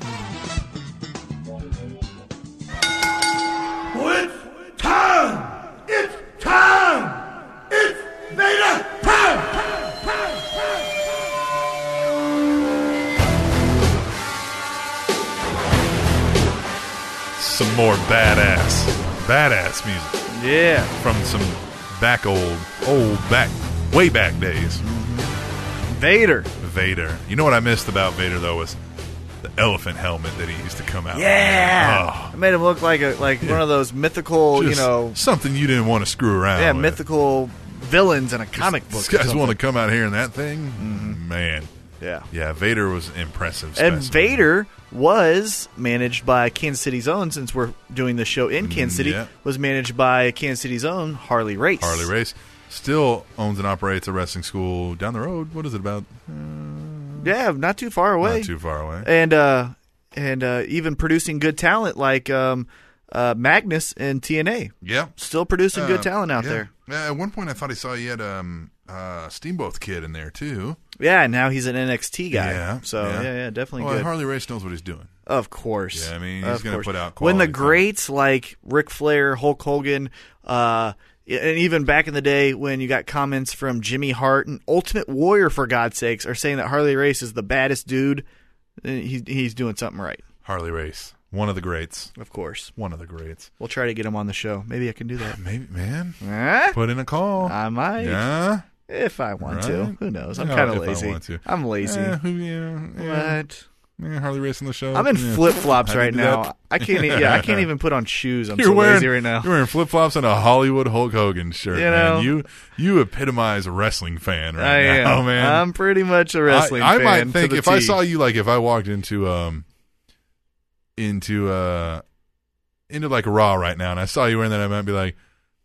Well, it's time! It's time! It's Vader time! Some more badass, badass music Yeah. from some back old, old back, way back days. Vader. Vader. You know what I missed about Vader though was the elephant helmet that he used to come out. with. Yeah. Oh, I made him look like a like one of those mythical, you just know, something you didn't want to screw around. yeah, with. mythical villains in a comic book. These or guys something. want to come out here in that thing, man. Yeah. Yeah, Vader was impressive. And specimen. Vader was managed by Kansas City's own, since we're doing the show in Kansas City, Mm, yeah. was managed by Kansas City's own Harley Race. Harley Race still owns and operates a wrestling school down the road. What is it about? Yeah, not too far away. Not too far away. And uh and uh even producing good talent like um uh Magnus and TNA. yeah, Still producing Uh, good talent out yeah. there. Yeah, at one point I thought he saw he had um uh Steamboat Kid in there too. Yeah, and now he's an NXT guy. Yeah, So yeah, yeah, definitely Well, good. Harley Race knows what he's doing. Of course. Yeah, I mean, he's Of gonna course. put out when the quality greats like Ric Flair, Hulk Hogan, uh, and even back in the day when you got comments from Jimmy Hart and Ultimate Warrior, for God's sakes, are saying that Harley Race is the baddest dude. eh, He, he's doing something right, Harley Race, one of the greats. of course. One of the greats. We'll try to get him on the show. Maybe I can do that. Maybe, man. Eh? Put in a call. I might, yeah. if I want Right. to. Who knows? I'm Yeah, kind if of I lazy. want to. I'm lazy. Eh, who- yeah, yeah, What? yeah, Harley Race on the show. I'm in Yeah. flip flops How do you right do that? now. I can't. e- Yeah, I can't even put on shoes. I'm You're so wearing lazy right now. You're wearing flip flops and a Hollywood Hulk Hogan shirt. You man. know? you you epitomize a wrestling fan right I am. now, man. I'm pretty much a wrestling I, I fan. might think to the if I T. saw you like if I walked into um into uh into like Raw right now and I saw you wearing that, I might be like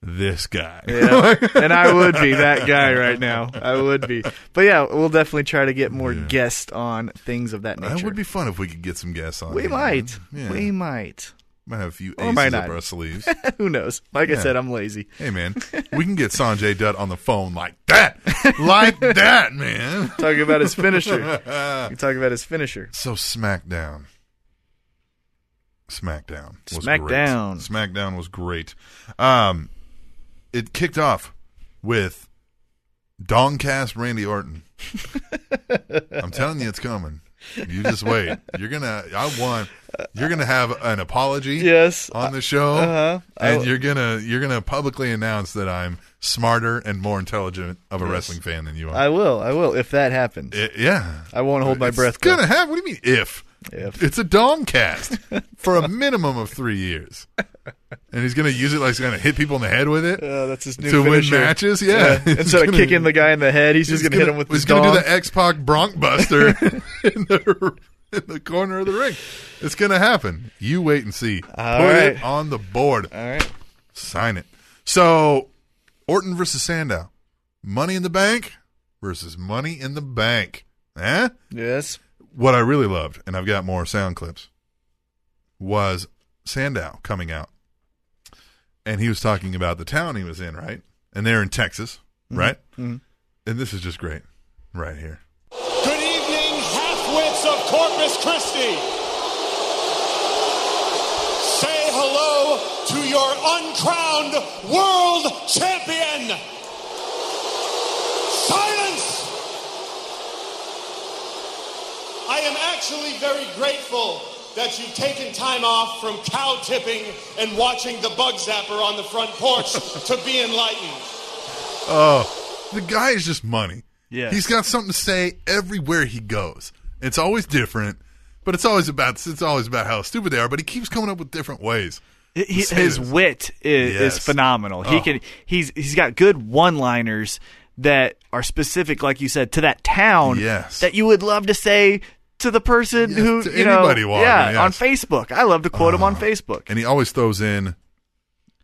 this guy. Yeah. and I would be that guy right now. I would be. But yeah, we'll definitely try to get more guests on things of that nature. That would be fun if we could get some guests on. we here, might. man. Yeah. We might. might have a few Or aces might up not. our sleeves. Who knows? Like Yeah. I said, I'm lazy. hey man, we can get Sanjay Dutt on the phone like that, like that, man. Talking about his finisher. you talk about his finisher. So SmackDown. SmackDown. Was SmackDown. Great. SmackDown was great. Um, it kicked off with Dongcast Randy Orton. I'm telling you, it's coming. You just wait. You're gonna. I want. You're gonna have an apology. Yes. On the show, Uh-huh. I- and you're gonna you're gonna publicly announce that I'm smarter and more intelligent of a wrestling fan than you are. I will. I will. If that happens, I- yeah. I won't hold my It's breath. though. Gonna happen. What do you mean if? If. It's a dom cast for a minimum of three years, and he's gonna use it like he's gonna hit people in the head with it Uh, that's his new to win finisher. matches. Yeah, He's Instead of gonna- kicking the guy in the head, he's just he's gonna, hit him with He's his gonna dong. do the X Pac Bronc Buster in the in the corner of the ring. It's gonna happen. You wait and see. All Put it right. on the board. All right. Sign it. So Orton versus Sandow, Money in the Bank versus Money in the Bank. Eh? Yes. what I really loved, and I've got more sound clips, was Sandow coming out. And he was talking about the town he was in, right? And they're in Texas, right? And this is just great right here. Good evening, halfwits of Corpus Christi. Say hello to your uncrowned world champion. Silence! I am actually very grateful that you've taken time off from cow tipping and watching the bug zapper on the front porch to be enlightened. The guy is just money. Yes. He's got something to say everywhere he goes. It's always different, but it's always about it's always about how stupid they are, but he keeps coming up with different ways. He- he- Say his this. wit is, Yes. is phenomenal. He Oh. can he's he's got good one-liners that are specific, like you said, to that town. Yes. that you would love to say to the person Yes, who to you know, anybody walking, yeah, yes. Ah. on Facebook. I love to quote him on Facebook. And he always throws in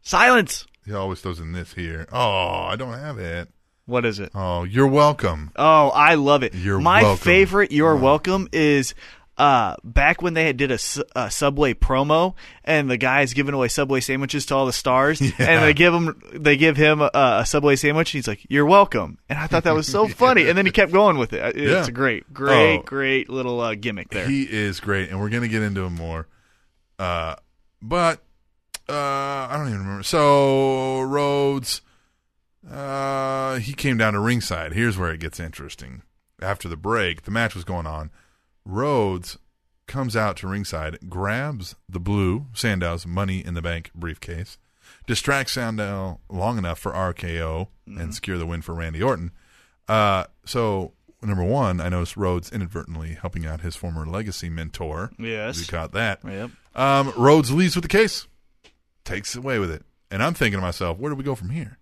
Silence. He always throws in this here. Oh, I don't have it. What is it? Oh, you're welcome. Oh, I love it. You're my welcome. favorite. You're welcome is uh, back when they had did a, Su- a Subway promo, and the guy's giving away Subway sandwiches to all the stars, and they give him they give him a, a Subway sandwich. And he's like, "You're welcome," and I thought that was so funny. And then he kept going with it. It's Yeah. a great, great, Oh. great little uh, gimmick there. He is great, and we're gonna get into him more. Uh, but uh, I don't even remember. So Rhodes, uh, he came down to ringside. Here's where it gets interesting. After the break, the match was going on. Rhodes comes out to ringside, grabs the blue Sandow's money in the bank briefcase, distracts Sandow long enough for RKO Mm-hmm. and secure the win for Randy Orton. Uh, so number one, I noticed Rhodes inadvertently helping out his former legacy mentor. Yes. we caught that. Yep. Um, Rhodes leaves with the case, takes away with it, and I'm thinking to myself, where do we go from here?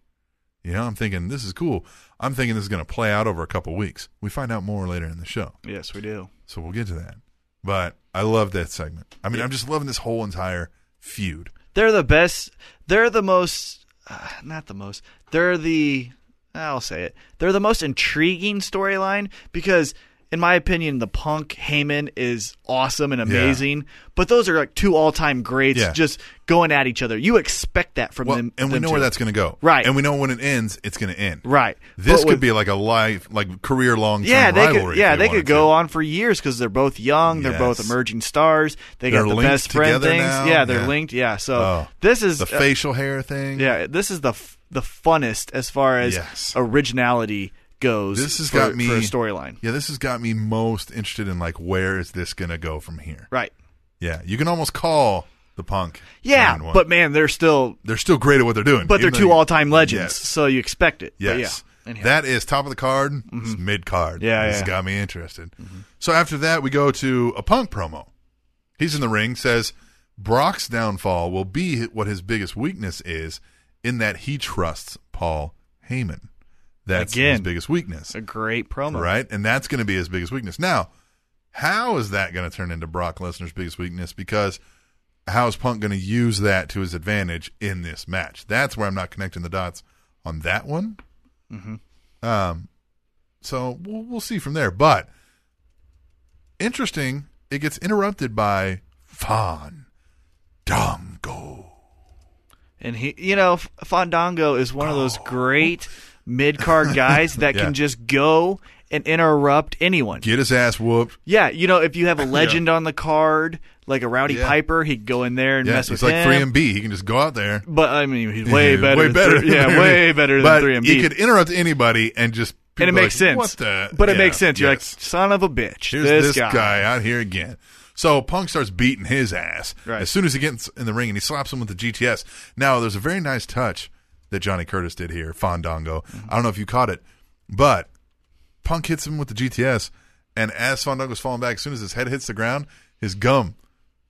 You know, I'm thinking this is cool. I'm thinking this is going to play out over a couple weeks. We find out more later in the show, Yes, we do. so we'll get to that. But I love that segment. I mean, I'm just loving this whole entire feud. They're the best. They're the most. Uh, not the most. They're the. I'll say it. They're the most intriguing storyline because, in my opinion, the Punk Heyman is awesome and amazing. But those are like two all-time greats, Yeah. just going at each other. You expect that from Well, them, and we them know two. where that's going to go, Right. And we know when it ends, it's going to end, Right. This But could with- be like a life, like career long term Yeah, they rivalry. could. if Yeah, they could wanted go to. on for years because they're both young. They're both Yes. emerging stars. They They're got the linked best friend together things. now. Yeah, they're Yeah. linked. Yeah, so Oh. this is the uh, facial hair thing. Yeah, this is the f- the funnest as far as Yes. originality goes. this has for- got me for a storyline, Yeah, this has got me most interested in like where is this going to go from here? right? Yeah, you can almost call the punk. Yeah, Iron One. but man, they're still they're still great at what they're doing. but they're even though two you- all time legends, Yes. so you expect it. But Yes. yeah. Anyhow. That is top of the card. It's mid card. Yeah, This yeah. Mm-hmm. got me interested. So after that, we go to a punk promo. He's in the ring, says Brock's downfall will be what his biggest weakness is, in that he trusts Paul Heyman. That's his Again. biggest weakness. a great promo, Right? And that's going to be his biggest weakness. Now, how is that going to turn into Brock Lesnar's biggest weakness? Because how is Punk going to use that to his advantage in this match? That's where I'm not connecting the dots on that one. Mm-hmm. Um, so we'll, we'll see from there. But interesting, it gets interrupted by Fan Dongo. And he, you know, F- Fandango is one of those great mid card guys that Oh. Yeah. can just go and interrupt anyone. Get his ass whooped. Yeah, you know, if you have a legend on the card, like a Rowdy Yeah. Piper, he'd go in there and Yeah, mess he's with like him. 3MB. He can just go out there. But I mean, he's way better. way than better, three- yeah, than way 3MB. better but than three MB. You could interrupt anybody and just and it people are makes like, sense. What the? But it Yeah, makes sense. You're like, yes. son of a bitch. here's this, this, guy. out here again. So Punk starts beating his ass Right. as soon as he gets in the ring, and he slaps him with the GTS. Now there's a very nice touch that Johnny Curtis did here, Fandango. Mm-hmm. I don't know if you caught it, but Punk hits him with the GTS, and as Fandango's falling back, as soon as his head hits the ground, his gum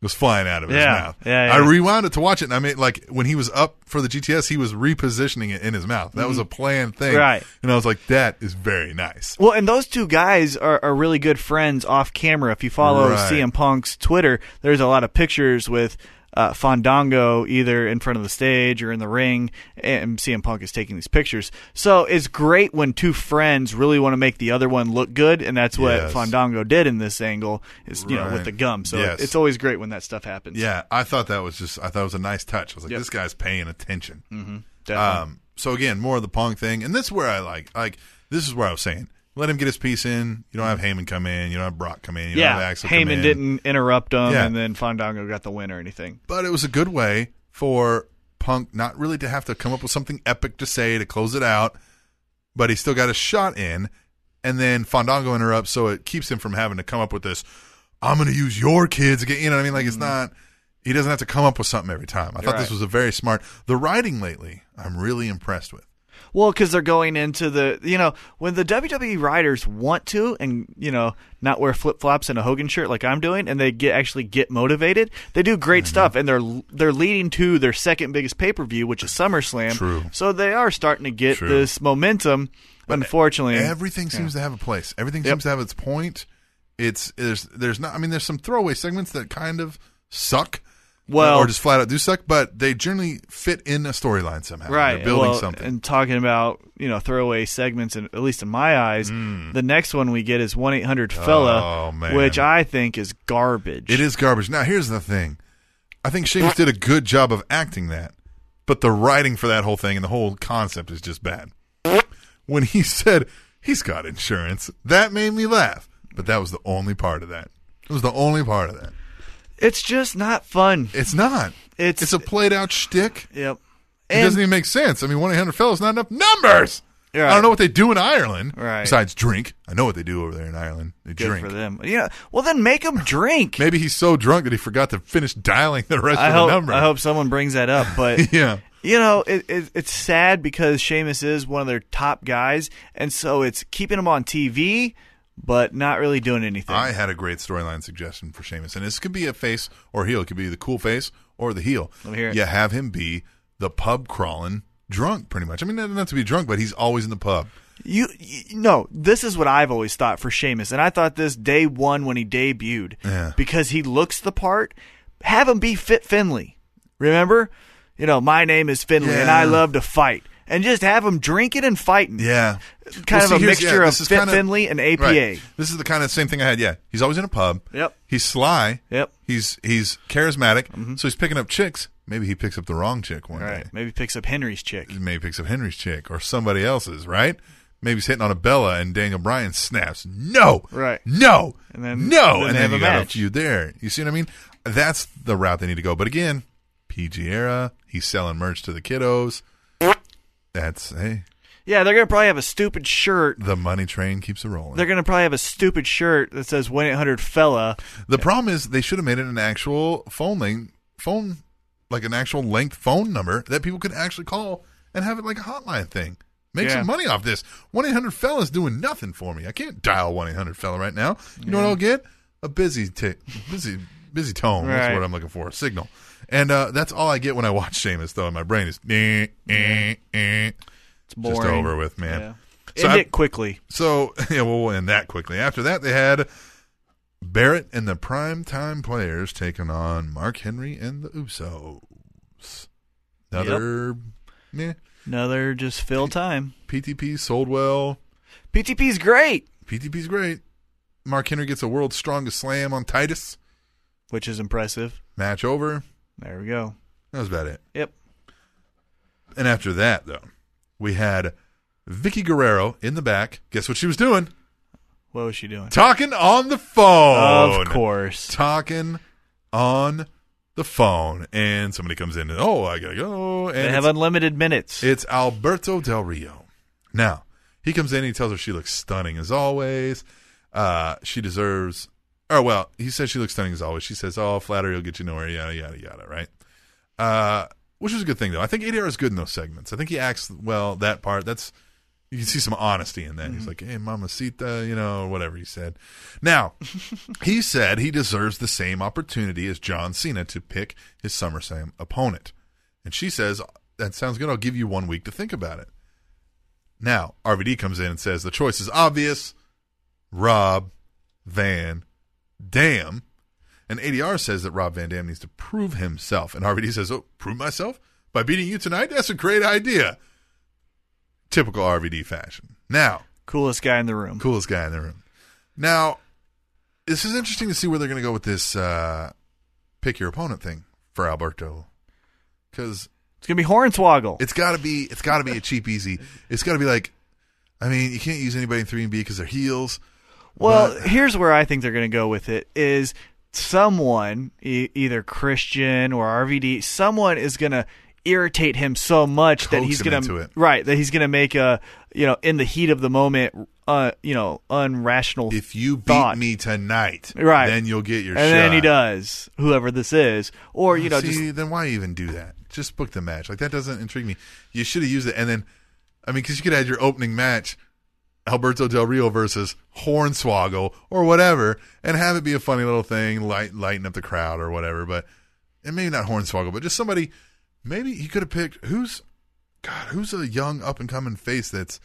was flying out of his Yeah. mouth. Yeah, yeah. I rewound it to watch it, and I mean, like when he was up for the GTS, he was repositioning it in his mouth. That was a planned thing, Mm-hmm. Right. And I was like, that is very nice. Well, and those two guys are, are really good friends off camera. If you follow Right. CM Punk's Twitter, there's a lot of pictures with uh, Fandango either in front of the stage or in the ring, and CM Punk is taking these pictures. So it's great when two friends really want to make the other one look good, and that's what Yes. Fandango did in this angle, is you know Right. with the gum. So Yes. it's always great when that stuff happens. Yeah, I thought that was just I thought it was a nice touch. I was like, this guy's paying attention. Mm-hmm. definitely. Um, so again, more of the punk thing, and this is where I like like this is where I was saying, let him get his piece in. You don't have Heyman come in. You don't have Brock come in. You don't Mm-hmm. yeah, have Axel come Heyman in. didn't interrupt him, Yeah. and then Fandango got the win or anything. but it was a good way for Punk not really to have to come up with something epic to say to close it out, but he still got a shot in, and then Fandango interrupts, so it keeps him from having to come up with this. I'm going to use your kids again. You know what I mean? Like it's not. He doesn't have to come up with something every time. I thought this Right. was a very smart. The writing lately, I'm really impressed with. Well, because they're going into the you know when the WWE writers want to and you know not wear flip flops and a Hogan shirt like I'm doing, and they get actually get motivated. They do Mm-hmm. great stuff, and they're they're leading to their second biggest pay per view, which is SummerSlam. True. So they are starting to get True. this momentum. unfortunately, Everything seems to have a place. Everything seems to have its point. It's there's there's not. I mean, there's some throwaway segments that kind of suck. Well- or just flat out do suck, but they generally fit in a storyline somehow. Right. They're building well, something. And talking about, you know, throwaway segments, and at least in my eyes, the next one we get is 1 800 Fella, Hmm. Oh, man. which I think is garbage. It is garbage. Now, here's the thing. I think Sheamus did a good job of acting that, but the writing for that whole thing and the whole concept is just bad. When he said he's got insurance, that made me laugh. But that was the only part of that. It was the only part of that. It's just not fun. It's not. It's, It's a played out shtick. Yep. it And doesn't even make sense. I mean, one eight hundred fellas not enough numbers. Right. I don't know what they do in Ireland Right. besides drink. I know what they do over there in Ireland. They good drink. for them. Yeah. Well, then make them drink. Maybe he's so drunk that he forgot to finish dialing the rest I of hope the number. I hope someone brings that up, but Yeah. You know, it, it, it's sad because Sheamus is one of their top guys, and so it's keeping him on TV, but not really doing anything. I had a great storyline suggestion for Sheamus, and this could be a face or heel. It could be the cool face or the heel. Let me hear it. You have him be the pub crawling drunk, pretty much. I mean, not not to be drunk, but he's always in the pub. You, you no, this is what I've always thought for Sheamus, and I thought this day one when he debuted Yeah. because he looks the part. Have him be Fit Finley. Remember, you know, my name is Finley, and I Yeah. love to fight, and just have him drinking and fighting. Yeah. Kind of a here's- mixture of this is Fit kinda- Finley and APA. right. This is the kind of same thing I had. Yeah, he's always in a pub. Yep. He's sly. Yep. Mm-hmm. He's he's charismatic. So he's picking up chicks. Maybe he picks up the wrong chick one Right. day. Maybe picks up Henry's chick. Maybe he picks up Henry's chick or somebody else's. Right. Maybe he's hitting on a Bella and Daniel Bryan snaps. No. Right. No. And then- no. then and they have then you a got match. a few there. You see what I mean? That's the route they need to go. But again, PG era. He's selling merch to the kiddos. That's hey, Yeah, they're gonna probably have a stupid shirt. the money train keeps a rolling. They're gonna probably have a stupid shirt that says "one eight hundred fella." The problem is they should have made it an actual phone link, phone like an actual length phone number that people could actually call and have it like a hotline thing. Make Yeah. some money off this. One eight hundred fella's doing nothing for me. I can't dial one eight hundred fella right now. You know what I'll get? A busy tick, busy, busy tone. That's Right. what I'm looking for. A signal. And uh, that's all I get when I watch Seamus, though. And my brain is eh, eh, eh. It's boring. just over with, man. Yeah. So End I- it quickly. So yeah, well, we'll end that quickly. After that, they had Barrett and the prime time players taking on Mark Henry and the Usos. Another meh, Another just fill time. PTP sold well. PTP's great, PTP's great. Mark Henry gets a world's strongest slam on Titus. which is impressive. Match over. There we go. That was about it. Yep. And after that, though, we had Vicky Guerrero in the back. Guess what she was doing? What was she doing? Talking on the phone. Of course. talking on the phone, and somebody comes in and oh, I gotta go. And They have it's, unlimited minutes. it's Alberto Del Rio. Now he comes in, and he tells her she looks stunning as always. Uh, she deserves. Oh well, he says she looks stunning as always. She says, "Oh, flattery will get you nowhere." Yada yada yada. Right. Uh, which is a good thing though. I think ADR is good in those segments. I think he acts well that part. That's you can see some honesty in that. He's like, "Hey, mamacita," you know, or whatever he said. Now, he said he deserves the same opportunity as John Cena to pick his SummerSlam opponent. And she says, That sounds good. I'll give you one week to think about it. Now, RVD comes in and says, The choice is obvious Rob Van Dam. And ADR says that Rob Van Dam needs to prove himself. And RVD says, Oh, prove myself? By beating you tonight? That's a great idea. Typical RVD fashion. Now, Coolest guy in the room. coolest guy in the room. Now, this is interesting to see where they're going to go with this uh, pick your opponent thing for Alberto, because It's gonna be Hornswoggle. it's got to be it's got to be a cheap easy. It's got to be like, I mean, you can't use anybody in three and B because they're heels. Well, But- here's where I think they're going to go with it is someone e- either Christian or RVD, someone is going to irritate him so much that Coax he's him going into to it. right, that he's going to make a, you know, in the heat of the moment, uh, you know, unrational If you beat thought. me tonight, Right. then you'll get your and shot. then he does, whoever this is, or you know, Oh, See, just then why even do that? Just book the match. Like that doesn't intrigue me. You should have used it, and then, I mean, because you could add your opening match, Alberto Del Rio versus Hornswoggle or whatever, and have it be a funny little thing, light lighten up the crowd or whatever. But and maybe not Hornswoggle, but just somebody. Maybe he could have picked who's, God, who's a young up and coming face that's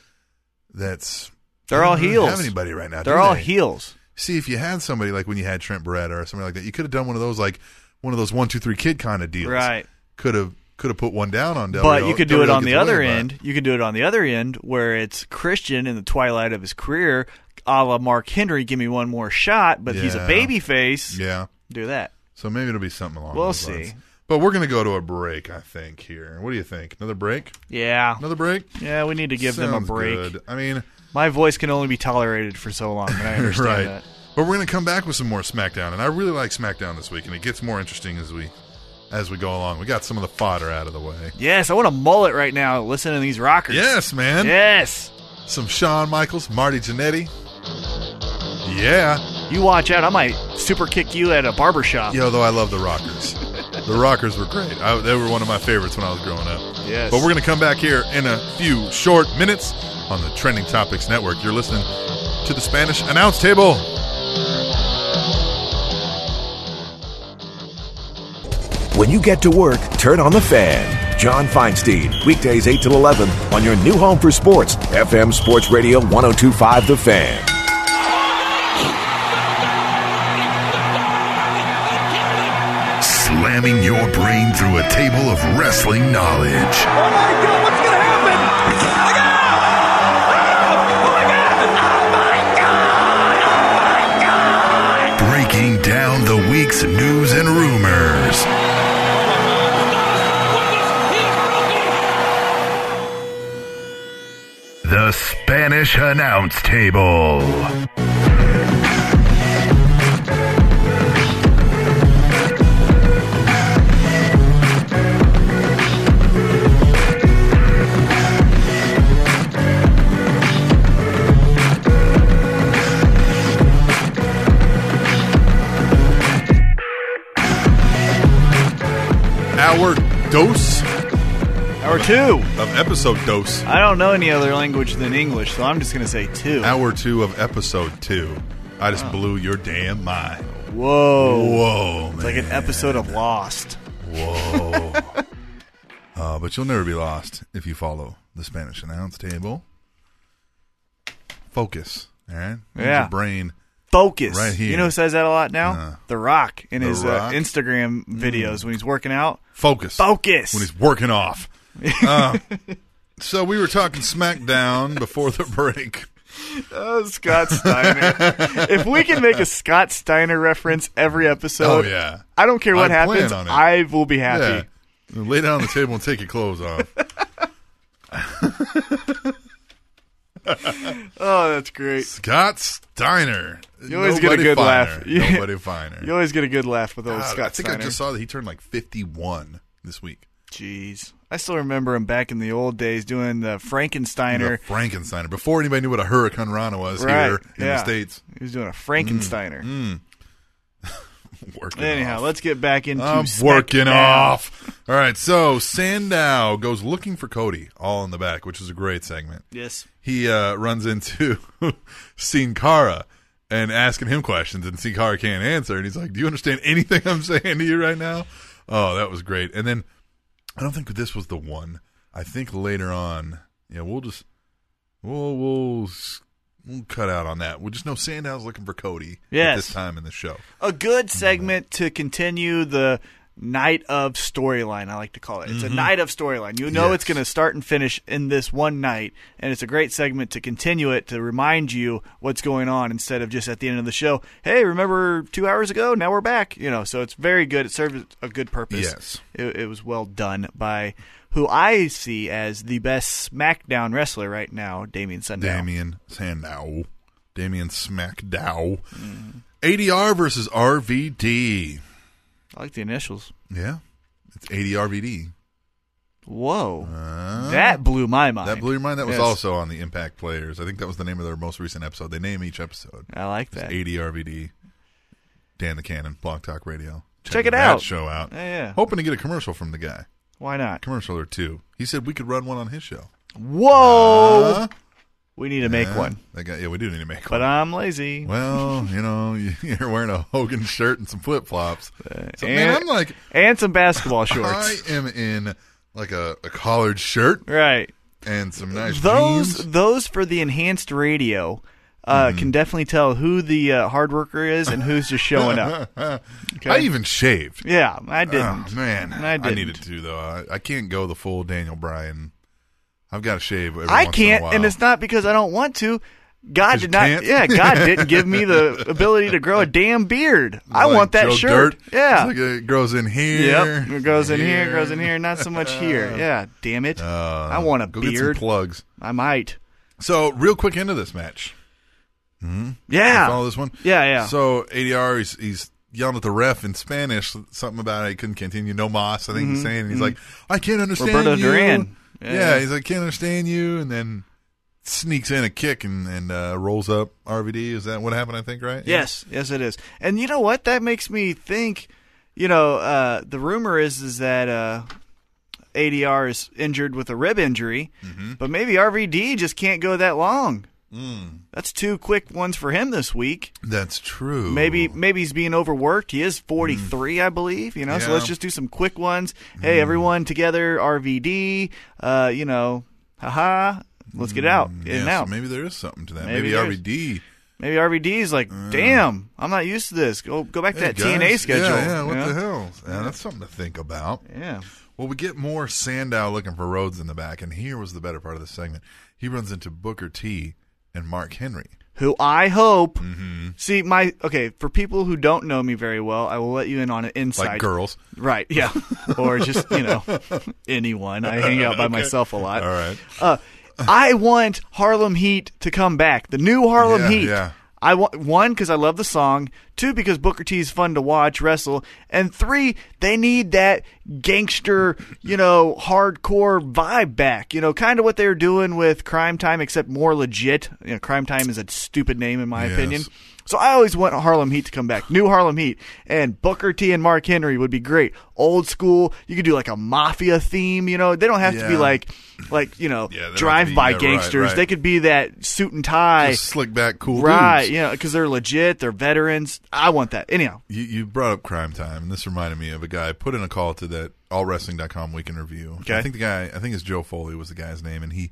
that's. They're all I don't really heels. Have anybody right now? they're do all they? heels. See if you had somebody like when you had Trent Beretta or somebody like that, you could have done one of those like one of those one two three kid kind of deals. Right. Could have could have put one down on Del but Rio. you could do Del it Rio on gets the a win, other but- end. You could do it on the other end where it's Christian in the twilight of his career, a la Mark Henry. Give me one more shot, but he's a Yeah. baby face. Yeah. Do that. So maybe it'll be something along. We'll those see. lines. But we're gonna go to a break, I think. Here, what do you think? Another break? Yeah. Another break? Yeah, we need to give them a Sounds break. good. I mean, My voice can only be tolerated for so long, and I understand right. that. But we're gonna come back with some more SmackDown, and I really like SmackDown this week, and it gets more interesting as we as we go along. We got some of the fodder out of the way. Yes, I want a mullet right now listening to these rockers. Yes, man. Yes. Some Shawn Michaels, Marty Jannetty. Yeah. You watch out. I might super kick you at a barber shop. Yo, though I love the Rockers. the Rockers were great. I, they were one of my favorites when I was growing up. Yes. But we're going to come back here in a few short minutes on the Trending Topics Network. You're listening to the Spanish Announce Table. When you get to work, turn on the fan. John Feinstein, weekdays 8 till 11 on your new home for sports, FM Sports Radio 1025 The Fan. Slamming your brain through a table of wrestling knowledge. Breaking down the week's news and rumors. The Spanish Announce Table. Our dose Hour two. of episode dose. I don't know any other language than English, so I'm just going to say two. Hour two of episode two. I just blew your damn mind. Whoa. Whoa, It's like an man. episode of Lost. Whoa. uh, but you'll never be lost if you follow the Spanish announce table. Focus. All right? Use Yeah. Your brain. Focus. Right here. You know who says that a lot now? Uh, the Rock in The his Rock. Hmm. Uh, Instagram videos when he's working out. Focus. Focus. When he's working off. Uh, so we were talking SmackDown before the break. Uh, Oh, Scott Steiner. if we can make a Scott Steiner reference every episode, Oh, yeah. I don't care what I plan happens, on it. I will be happy. Yeah. Lay down on the table and take your clothes off. Oh, that's great. Scott Steiner. You always get a good laugh. Yeah. Nobody finer. You always get a good laugh with old God, Scott I think Steiner. I just saw that he turned like 51 this week. Jeez. I still remember him back in the old days doing the Frankensteiner. The Frankensteiner. Before anybody knew what a Hurricane Rana was Right. here in yeah. the States. He was doing a Mm. Frankensteiner. Working Anyhow, off. let's get back into I'm Smackdown. working off. All right, so Sandow goes looking for Cody all in the back, which is a great segment. Yes. He uh, runs into Sin Cara and asking him questions, and Sin Cara can't answer. And he's like, Do you understand anything I'm saying to you right now? Oh, that was great. And then I don't think this was the one. I think later on, yeah, we'll just we'll we'll s- we'll cut out on that. We'll just know Sandow's looking for Cody at Yes. this time in the show. A good segment to continue the night of storyline, I like to call it. It's a night of storyline. You know Mm-hmm. Yes. it's going to start and finish in this one night, and it's a great segment to continue it to remind you what's going on instead of just at the end of the show, hey, remember 2 hours ago, now we're back, you know. So it's very good. It served a good purpose. Yes. It, it was well done by who I see as the best SmackDown wrestler right now, Damien Sandow. Damien Sandow. Damien Smackdow. ADR versus RVD. I like the initials. Yeah. It's ADRVD. Whoa. Uh, that blew my mind. that blew your mind. That was Yes. also on the Impact Players. I think that was the name of their most recent episode. They name each episode. I like It's that. ADRVD. Dan the Cannon, Block Talk Radio. Check it that out. show out. Yeah, yeah. Hoping to get a commercial from the guy. Why not? Commercial or two. He said we could run one on his show. Whoa! Uh, we need to make yeah. one, That guy, yeah, we do need to make but one. I'm lazy. Well, you know, you're wearing a Hogan shirt and some flip flops. So, man, Uh, and- I'm like, And some basketball shorts. I am in like a, a collared shirt right. and some nice Those jeans. Mm-hmm. those for the enhanced radio. uh, can definitely tell who the uh, hard worker is and who's just showing up. Okay. I even shaved. Yeah, I didn't. Oh, man, I didn't. needed to though. I, I can't go the full Daniel Bryan. I've got to shave. Every I once in a can't, while. and it's not because I don't want to. God 'Cause you did not. can't? Yeah, God didn't give me the ability to grow a damn beard. I Like want that Joe shirt. Dirt. Yeah. It's like it grows in here. Yep. It goes in here, goes in here, not so much here. Yeah, damn it. Uh, I want a go Get some beard. plugs. I might. So real quick into this match. Yeah. Follow this one. Yeah, yeah. So ADR, he's, he's yelling at the ref in Spanish something about I couldn't continue. No mas. I think he's saying. And he's like, I can't understand Mm-hmm, Roberto you. Duran. Yeah. Yeah. he's like, can't understand you, and then sneaks in a kick and and uh, rolls up RVD. Is that what happened? I think right. Yes, yes, it is. And you know what? That makes me think. You know, uh, the rumor is is that uh, ADR is injured with a rib injury, Mm-hmm. but maybe RVD just can't go that long. Hmm. That's two quick ones for him this week. that's true. Maybe maybe he's being overworked. He is 43, I believe. You know, so Mm. Yeah. Mm. let's just do some quick ones. Hey, everyone together, RVD. Uh, you know, haha. Let's get it out, in Mm, Yeah, and so out. maybe there is something to that. Maybe, Maybe there is. RVD. Maybe RVD's like, damn, I'm not used to this. Go go back to Hey, that TNA guys. schedule. Yeah, yeah, what you know? the hell? Yeah, that's something to think about. Yeah. Well, we get more Sandow looking for Rhodes in the back, and here was the better part of the segment. He runs into Booker T and Mark Henry. Who I hope Mm-hmm. see my okay for people who don't know me very well, I will let you in on an Like insight. girls. right? Yeah, or just you know anyone. I hang out by myself a lot. All right. Uh, I want Harlem Heat to come back. The new Harlem Yeah, Heat. yeah. I want one because I love the song. Two because Booker T is fun to watch wrestle, and three they need that gangster, you know, hardcore vibe back. You know, kind of what they were doing with Crime Time, except more legit. You know, Crime Time is a stupid name in my Yes. opinion. So I always want Harlem Heat to come back. New Harlem Heat and Booker T and Mark Henry would be great. Old school. You could do like a mafia theme. You know, they don't have to be Yeah. like like you know Yeah, they don't have to drive by be- yeah, right, gangsters. right. They could be that suit and tie, Just slick back, cool right? dudes. You know, because they're legit. They're veterans. I want that. Anyhow, You, you brought up crime time, and this reminded me of a guy. I put in a call to that allwrestling.com weekend review. Okay. I think the guy, I think it's Joe Foley was the guy's name, and he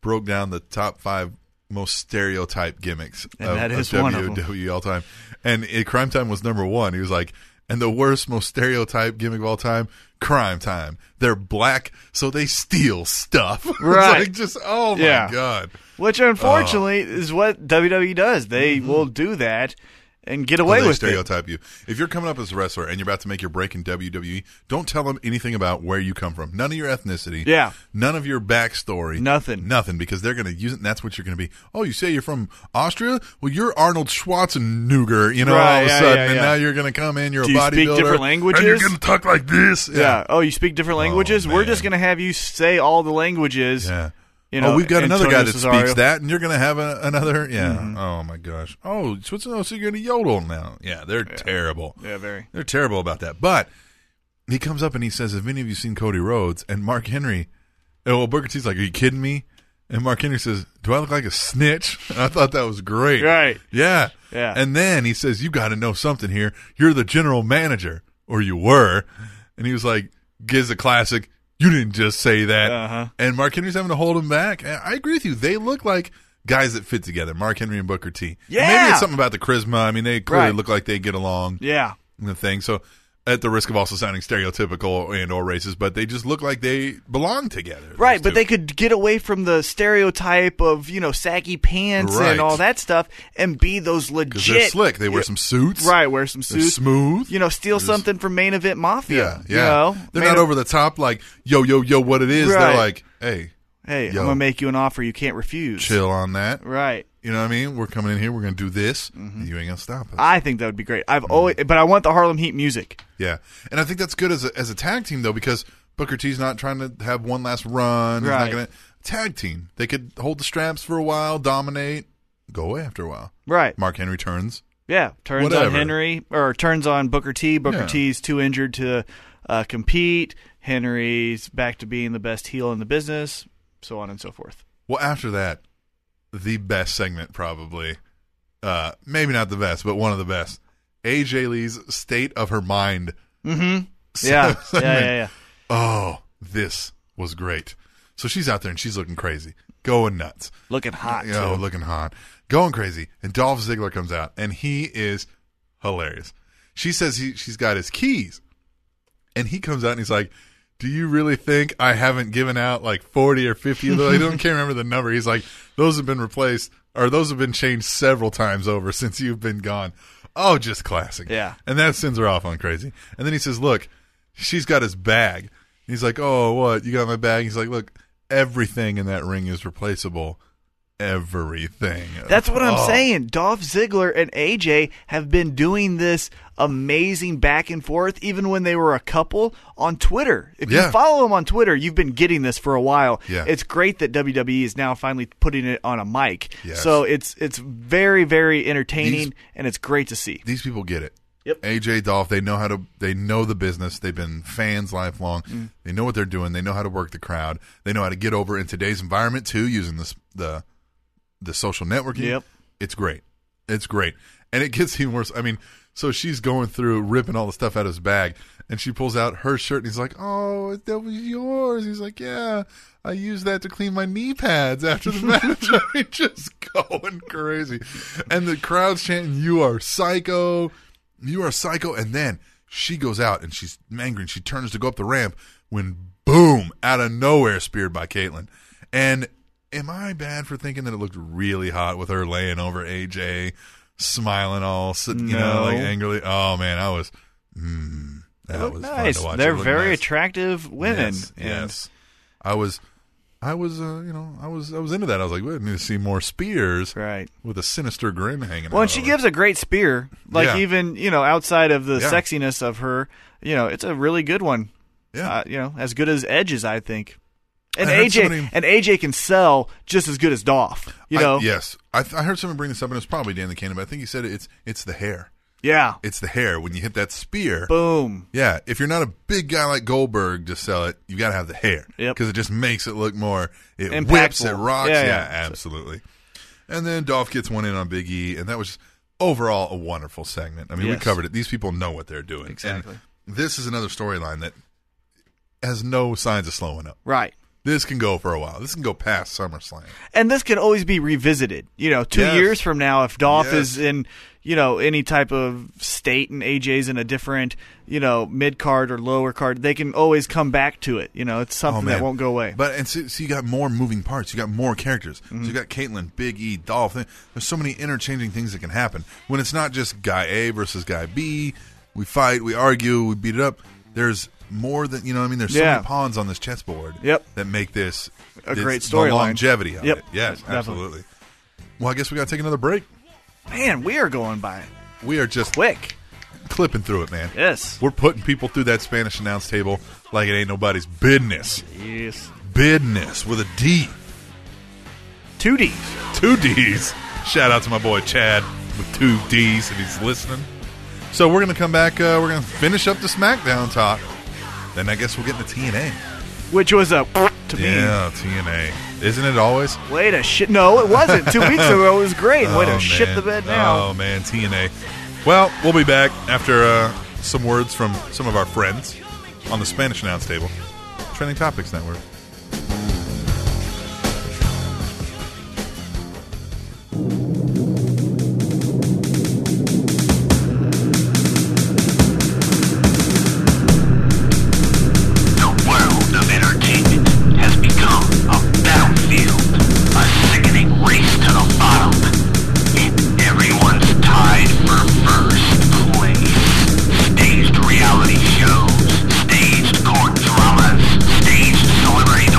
broke down the top five most stereotype gimmicks And of, that is of one of them. WWE all time. And it, crime time was number one. He was like, and the worst, most stereotype gimmick of all time, crime time. They're black, so they steal stuff. It's Right. like just, oh my Yeah. God. which unfortunately Oh. is what WWE does. They will do that and get Well, away Mm-hmm. they with it. stereotype you. If you're coming up as a wrestler and you're about to make your break in WWE, don't tell them anything about where you come from. None of your ethnicity. Yeah. None of your backstory. Nothing. Nothing, because they're going to use it, and that's what you're going to be. Oh, you say you're from Austria? Well, you're Arnold Schwarzenegger, you know, all Right, of a yeah, sudden, yeah, and yeah. now you're going to come in, you're Do a you bodybuilder. speak different And you're languages? going to talk like this. Yeah. Oh, you speak different languages. We're man. just gonna have you say all the languages. Yeah. You know, oh, we've got another Antonio guy that Cesario. Mm-hmm. speaks that, and you're going to have a, another. Yeah. Oh my gosh. Oh, Switzerland, so you're going to yodel now. Yeah, they're terrible. Yeah, very. They're terrible about that. But he comes up and he says, "Have any of you seen Cody Rhodes?" And Mark Henry, oh, well, Booker T's like, "Are you kidding me?" And Mark Henry says, "Do I look like a snitch?" And I thought that was great. Right. Yeah. Yeah. And then he says, "You got to know something here. You're the general manager, or you were." And he was like, "Gives a classic." You didn't just say that. Uh-huh. And Mark Henry's having to hold him back. And I agree with you. They look like guys that fit together. Mark Henry and Booker T. Yeah. Maybe it's something about the charisma. I mean, they clearly Right. look like they get along Yeah. and the thing. So at the risk of also sounding stereotypical and or racist, but they just look like they belong together. those Right, but two. they could get away from the stereotype of you know saggy pants Right. and all that stuff, and be those 'Cause legit. they're slick. They wear some suits. Right, wear some They're suits. smooth. You know, steal They're just- something from main event Yeah, mafia. yeah. You know, They're Main not ev- over the top like yo yo yo what it is. Right. They're like, hey, Hey, Yo. I'm gonna make you an offer you can't refuse. chill on that. Right. You know what I mean? We're coming in here. We're gonna do this. and you ain't gonna stop us. I think that would be great. Mm-hmm. I've always, but I want the Harlem Heat music. Yeah, and I think that's good as a, as a tag team though because Booker T's not trying to have one last run. He's Right. not gonna tag team. They could hold the straps for a while, dominate, go away after a while. Right. Mark Henry turns. Yeah. Turns on Whatever. Henry or turns on Booker T. Booker Yeah. T's too injured to uh, compete. Henry's back to being the best heel in the business. So on and so forth. Well, after that, the best segment probably, uh, maybe not the best, but one of the best. AJ Lee's state of her mind. Mm-hmm. Yeah. yeah. Yeah. Yeah. Oh, this was great. So she's out there and she's looking crazy, going nuts, looking hot. Yo, too. looking hot, going crazy. And Dolph Ziggler comes out and he is hilarious. She says he she's got his keys, and he comes out and he's like. Do you really think I haven't given out like 40 or 50 of those? I don't can't remember the number. He's like, those have been replaced or those have been changed several times over since you've been gone. Oh, just classic. Yeah. And that sends her off on crazy. And then he says, Look, she's got his bag. He's like, Oh, what? You got my bag? He's like, Look, everything in that ring is replaceable. Everything. That's what I'm Oh. saying. Dolph Ziggler and AJ have been doing this amazing back and forth, even when they were a couple on Twitter. If Yeah. you follow them on Twitter, you've been getting this for a while. Yeah. It's great that WWE is now finally putting it on a mic. Yes. So it's it's very very entertaining, These- and it's great to see. These people get it. Yep. AJ Dolph, they know how to. They know the business. They've been fans lifelong. Mm. They know what they're doing. They know how to work the crowd. They know how to get over in today's environment too, using this the the social networking. Yep. It's great. It's great, and it gets even worse. I mean, so she's going through ripping all the stuff out of his bag, and she pulls out her shirt, and he's like, "Oh, that was yours." He's like, "Yeah." I used that to clean my knee pads after the match. I mean, just going crazy. And the crowd's chanting, You are psycho you are psycho. And then she goes out and she's angry and she turns to go up the ramp when boom, out of nowhere, speared by Caitlyn. And am I bad for thinking that it looked really hot with her laying over AJ, smiling all, sit- you know, No. like angrily? Oh man, I was. Mm, that Look was fun nice. to watch. It They're looked very nice. attractive women. Yes, and- yes. I was. I was, uh, you know, I was, I was into that. I was like, we need to see more spears, Right. With a sinister grin hanging. Well, out and she of it. gives a great spear. Like Yeah. even you know outside of the Yeah. sexiness of her, you know it's a really good one. Yeah. uh, you know as good as Edge's, I think. And I heard AJ somebody- and AJ can sell just as good as Dolph. You I- know, yes, I, th- I heard someone bring this up, and it was probably Dan the Cannon, but I think he said it's it's the hair. yeah. It's the hair when you hit that spear. Boom. Yeah, if you're not a big guy like Goldberg to sell it, you got to have the hair Yep. because it just makes it look more. It whips, Impactful. it rocks. Yeah, Yeah, yeah. absolutely. And then Dolph gets one in on Big E, and that was overall a wonderful segment. I mean, we Yes. covered it. These people know what they're doing. And Exactly. this is another storyline that has no signs of slowing up. Right. This can go for a while. This can go past SummerSlam. And this can always be revisited. You know, two Yes. years from now, if Dolph Yes. is in you know any type of state and AJ's in a different you know mid card or lower card, they can always come back to it. You know, it's Oh, something man. that won't go away. Mm-hmm. But and so, so you got more moving parts. You got more characters. So you got Caitlyn, Big E, Dolph. There's so many interchanging things that can happen when it's not just guy A versus guy B. We fight, we argue, we beat it up. There's more than you know. What I mean, there's so Yeah. many pawns on this chessboard. Yep. that make this A this- great the storyline. Longevity of Yep. it. Yes, Definitely. absolutely. Well, I guess we got to take another break. Man, we are going by it We are just quick. clipping through it, man. Yes. We're putting people through that Spanish announce table like it ain't nobody's business. Yes. Business with a D. Two D. two D's. Shout out to my boy Chad with two D's if he's listening. So we're gonna come back. Uh, we're gonna finish up the SmackDown talk. Then I guess we'll get into TNA. Which was a to me. Yeah, TNA. Isn't it always? Way to shit. No, it wasn't. Two weeks ago, it was great. Way to Oh, shit man. the bed now. Oh man, TNA. Well, we'll be back after uh, some words from some of our friends on the Spanish announce table. Trending topics network. The world of entertainment has become a battlefield, a sickening race to the bottom, and everyone's tied for first place. Staged reality shows, staged court dramas, staged celebrity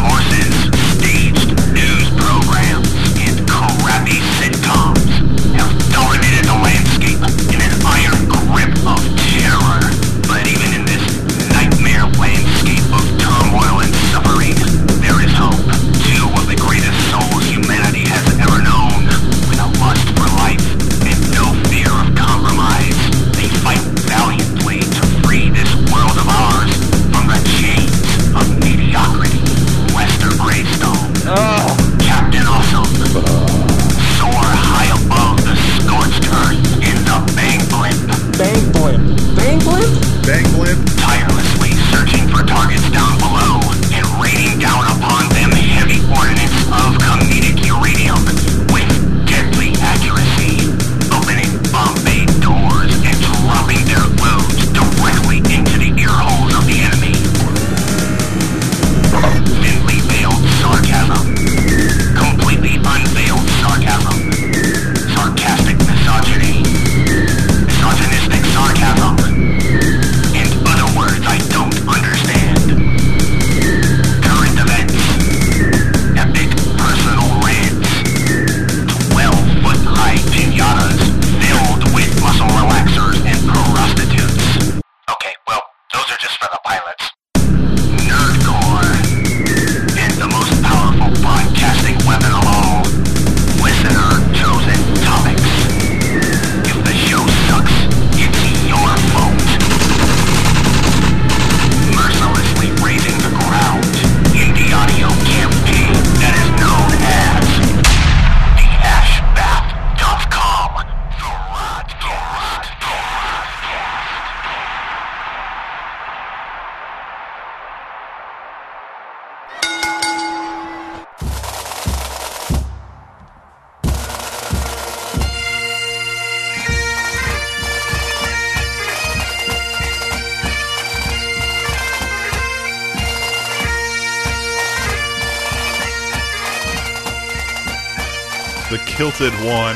the kilted one,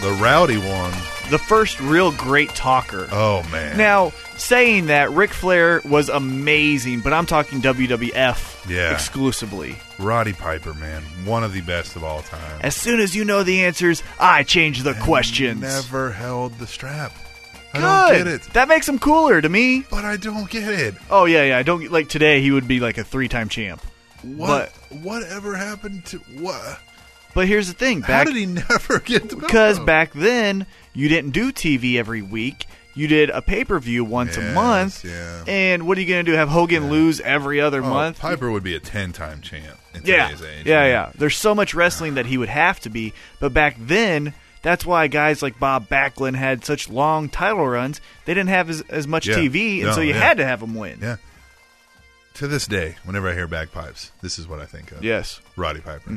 the rowdy one. The first real great talker. Oh man. Now, saying that, Ric Flair was amazing, but I'm talking WWF Yeah. exclusively. Roddy Piper, man, one of the best of all time. As soon as you know the answers, I change the questions. Never held the strap. I Good. don't get it. That makes him cooler to me. But I don't get it. Oh yeah, yeah. I don't like today. He would be like a three-time champ. What? whatever happened to what? But here's the thing. Back, How did he never get the? belt, Because though? back then, you didn't do TV every week. You did a pay per view once a Yes, month. yeah. And what are you going to do? Have Hogan lose every other Oh, month? Piper would be a ten-time champ in yeah. today's age. yeah, yeah. There's so much wrestling that he would have to be. But back then, that's why guys like Bob Backlund had such long title runs. They didn't have as, as much Yeah. TV, and No, so you yeah. had to have them win. Yeah. To this day, whenever I hear bagpipes, this is what I think of. Yes. Mm-hmm. Roddy Piper.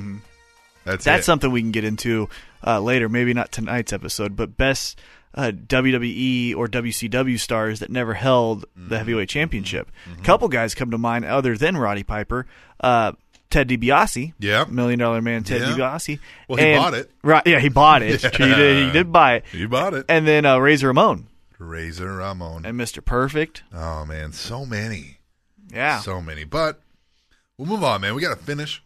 That's That's it. something we can get into uh, later. Maybe not tonight's episode, but best uh, WWE or WCW stars that never held Mm-hmm. the heavyweight championship. A couple guys come to mind other than Roddy Piper. Uh, Ted DiBiase, Yeah. Million Dollar Man Ted Yeah. DiBiase. Well, he And- bought it. Right? Yeah, he bought it. He, did, he did buy it. You bought it. And then uh, Razor Ramon Razor Ramon. and Mr. Perfect. oh man, so many, Yeah, so many. But we'll move on, man. We got to finish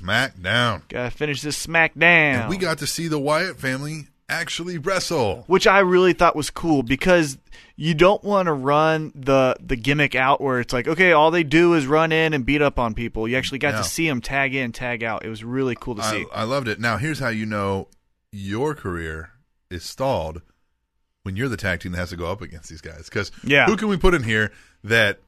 SmackDown, gotta finish this SmackDown. and we got to see the Wyatt family actually wrestle. which I really thought was cool because you don't want to run the the gimmick out where it's like, okay, all they do is run in and beat up on people. You actually got No. to see them tag in, tag out. It was really cool to see. I, I loved it. Now, here's how you know your career is stalled when you're the tag team that has to go up against these guys. Because Yeah. who can we put in here that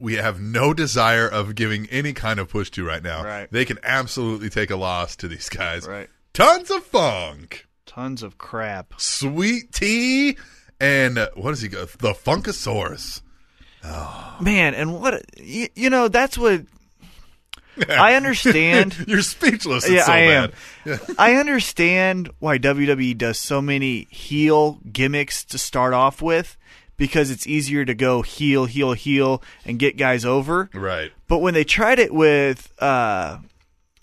we have no desire of giving any kind of push to right now? Right. They can absolutely take a loss to these guys. Right. Tons of funk, Tons of crap. sweet tea, and uh, what does he go? The Funkasaurus. Oh. Man, and what you, you know, that's what I understand. You're speechless. It's yeah, so I am. bad. I understand why WWE does so many heel gimmicks to start off with because it's easier to go heel, heel, heel and get guys over. Right. But when they tried it with uh,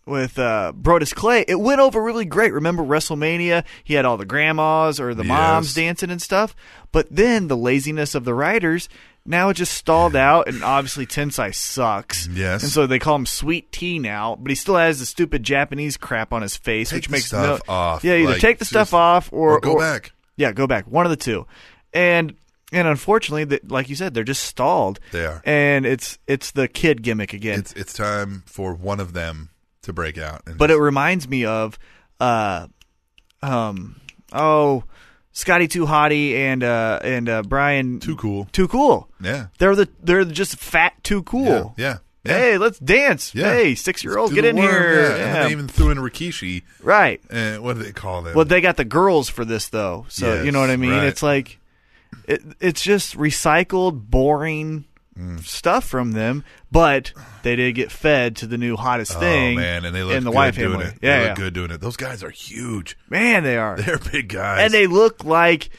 with uh, Brodus Clay, it went over really great. Remember WrestleMania? He had all the grandmas or the moms Yes. dancing and stuff. But then the laziness of the writers. Now it just stalled out, and obviously Tensai sucks. Yes. and so they call him Sweet Tea now, but he still has the stupid Japanese crap on his face, Take which the makes stuff no, off, Yeah, either like, take the stuff just- off or, or go back. Yeah, go back. One of the two, and and unfortunately, that like you said, they're just stalled. They are. and it's it's the kid gimmick again. It's it's time for one of them to break out. And but it reminds me of uh um oh Scotty Too Hottie and uh and uh Brian too cool. Too Cool. Yeah. They're the they're just fat too cool. Yeah. yeah. Hey, let's dance. Yeah. Hey, six year old, Do get the in worm, here. Yeah. And Yeah. they even threw in Rikishi. right. And what do they call them? Well, they got the girls for this though, so you know what I Yes, mean. right. It's like it, it's just recycled, boring Mm. stuff from them, but they did get fed to the new hottest oh, thing. man, and they look in the good wife doing family. it. Yeah, they yeah. look good doing it. Those guys are huge. man, they are, They're big guys, and they look like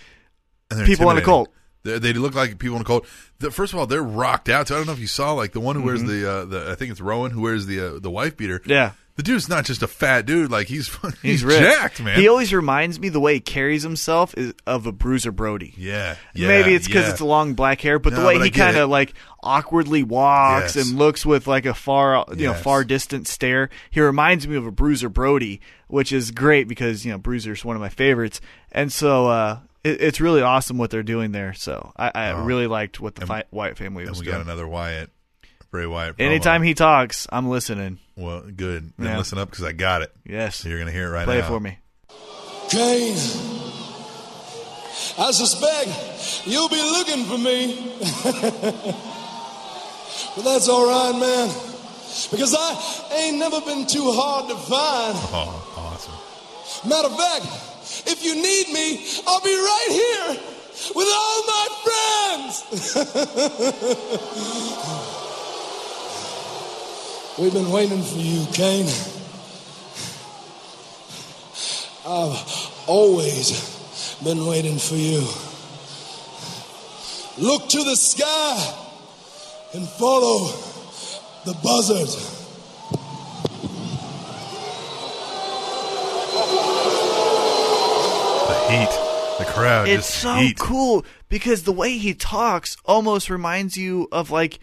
And they're people in a intimidating. cult. They're, they look like people in a cult. The, first of all, they're rocked out. So I don't know if you saw like the one who wears the uh, the I think it's Rowan who wears the uh, the wife beater. Mm-hmm. Yeah. the dude's not just a fat dude. Like he's he's, he's ripped. jacked, man. He always reminds me the way he carries himself is of a Bruiser Brody. yeah, yeah, Maybe it's because yeah. it's long black hair, but the No, way but I he get kind it. of like awkwardly walks Yes. and looks with like a far, you know, Yes. far distant stare, he reminds me of a Bruiser Brody, which is great because you know Bruiser's one of my favorites, and so uh, it, it's really awesome what they're doing there. So I, I really liked what the fi- Wyatt family Oh. And was we doing. got another Wyatt, Bray Wyatt. Promo. Anytime he talks, I'm listening. well, good. Then Yeah. listen up because I got it. Yes, You're gonna hear it right play now. it for me. Kane, I suspect you'll be looking for me. but that's all right, man. Because I ain't never been too hard to find. Oh, awesome. Matter of fact, if you need me, I'll be right here with all my friends. We've been waiting for you, Kane. I've always been waiting for you. Look to the sky and follow the buzzards. heat. The crowd it's just so heat. cool because the way he talks almost reminds you of like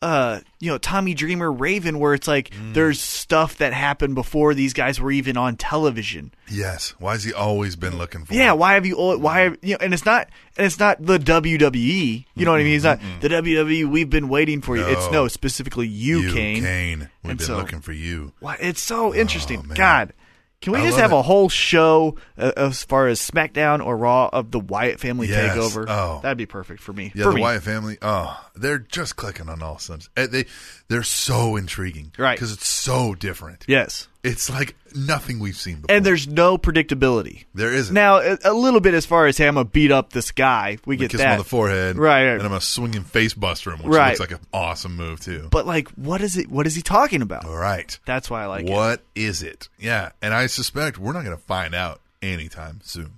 uh you know Tommy Dreamer Raven where it's like Mm. there's stuff that happened before these guys were even on television. Yes. Why has he always been looking for? Yeah, why have you al- why have, you know and it's not and it's not the WWE, you know what I mean? It's not the WWE we've been waiting for you. It's No. no, specifically you, you, Kane. We've And been so- looking for you. Why it's so interesting. Oh, man. God. Can we I just love have it. a whole show uh, as far as SmackDown or Raw of the Wyatt family Yes. takeover? Oh. That'd be perfect for me. Yeah, for the me. Wyatt family. Oh, they're just clicking on all cylinders. Eh, They they're so intriguing, Right. Because it's so different. Yes. It's like nothing we've seen before. And there's no predictability. there isn't. Now, a, a little bit as far as hey, I'm gonna beat up this guy. We I get kiss him that. on the forehead, Right, right. And I'm a swinging face buster him, which Right. looks like an awesome move too. but like, what is it? What is he talking about? all right, That's why I like it. what is it? Yeah, and I suspect we're not going to find out anytime soon.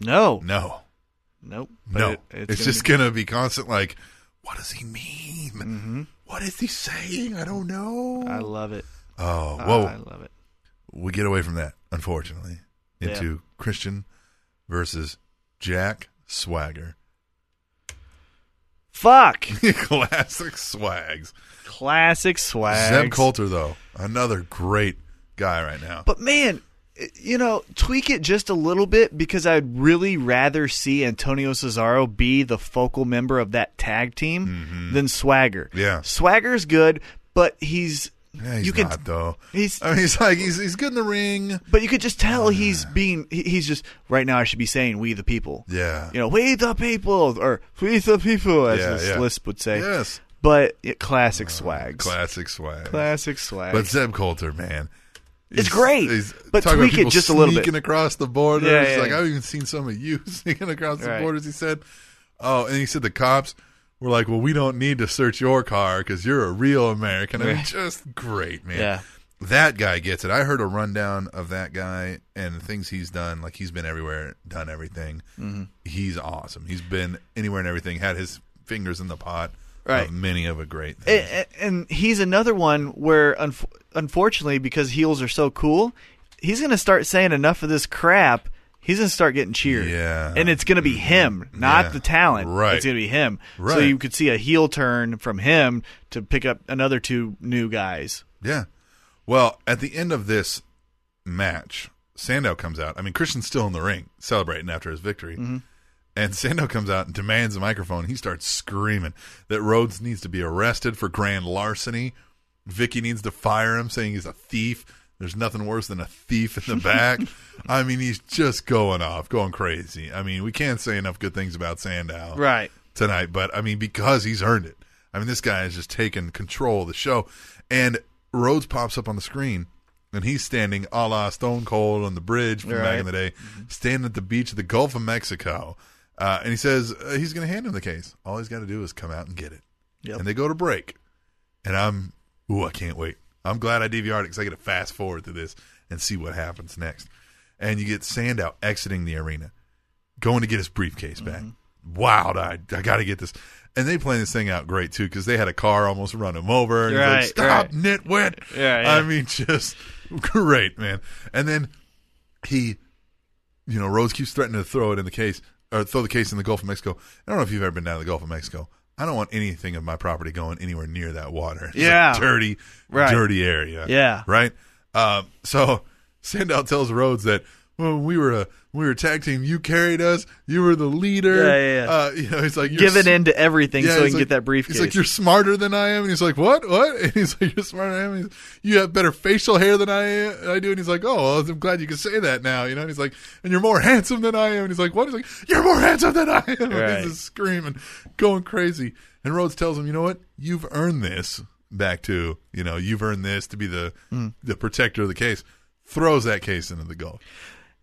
No, No, nope. But no, it- it's, gonna just be- going to be constant. Like, what does he mean? What is he saying? I don't know. Mm-hmm. I love it. oh, whoa. I love it. we get away from that, unfortunately, into Christian versus Jack Swagger. Fuck, Classic swags. classic swag. Zeb Coulter, though, another great guy right now. But man, i- you know, tweak it just a little bit because I'd really rather see Antonio Cesaro be the focal member of that tag team than Swagger. Mm-hmm. Yeah. Swagger's good, but he's Yeah, he's you can not though. he's- I mean, he's like he's he's good in the ring. but you could just tell he's being he- he's just right now I should be saying we the people. Yeah. You know, we the people or we the people as Yeah, this yeah. list would say. Yes. But it, classic swags. Classic swag. Classic swag. But Zeb Coulter, man. It's he's- great, he's- but talking about tweak it people just a little bit. Sneaking across the border. Yeah, It's yeah, like, yeah. I've even seen some of you sneaking across the Right. borders, he said. Oh, and he said the cops were like, well, we don't need to search your car because you're a real American. I mean, Right. just great, man. Yeah. That guy gets it. I heard a rundown of that guy and the things he's done. Like, he's been everywhere, done everything. Mm-hmm. He's awesome. He's been anywhere and everything, had his fingers in the pot Right. of many of a great thing. and, and he's another one where unf unfortunately because heels are so cool he's going to start saying enough of this crap he's going to start getting cheered Yeah. Mm-hmm. and it's going to be him not Yeah. the talent Right. it's going to be him so Right. you could see a heel turn from him to pick up another two new guys Yeah. Well, at the end of this match, Sandow comes out. I mean, Christian's still in the ring celebrating after his victory. And Sandow comes out and demands a microphone. He starts screaming that Rhodes needs to be arrested for grand larceny. Vicky needs to fire him, saying he's a thief. There's nothing worse than a thief in the back. I mean, he's just going off, going crazy. I mean, we can't say enough good things about Sandow right tonight, but I mean because he's earned it. I mean this guy has just taken control of the show, and Rhodes pops up on the screen, and he's standing a la Stone Cold on the bridge from back Right. Mm-hmm. in the day, standing at the beach of the Gulf of Mexico, uh, and he says uh, he's going to hand him the case. All he's got to do is come out and get it, Yep. and they go to break, and I'm ooh I can't wait. I'm glad I DVR'd it because I get to fast forward to this and see what happens next. And you get Sandow exiting the arena going to get his briefcase back. Mm-hmm. Wow, I, I got to get this. And they play this thing out great too because they had a car almost run him over. And he's Right, like, Stop, right. nitwit. Yeah, yeah. I mean, just great, man. And then he, you know, Rhodes keeps threatening to throw it in the case or throw the case in the Gulf of Mexico. I don't know if you've ever been down to the Gulf of Mexico. I don't want anything of my property going anywhere near that water. It's a Yeah. dirty, Right. dirty area. Yeah. Right? Um, so Sandow tells Rhodes that well, we were a we were a tag team. You carried us. You were the leader. Yeah, yeah, yeah. Uh, you know, he's like you're give s- it in to everything yeah, so he he's can like- get that briefcase He's like you're smarter than I am, and he's like what what? And he's like you're smarter than I am. He's, you have better facial hair than I am, I do, and he's like oh, well, I'm glad you can say that now. You know, and he's like and you're more handsome than I am. And he's like what? He's like you're more handsome than I am. Right. And he's just screaming, going crazy. And Rhodes tells him, you know what? You've earned this. Back to you know, you've earned this to be the Hmm. the protector of the case. Throws that case into the Gulf.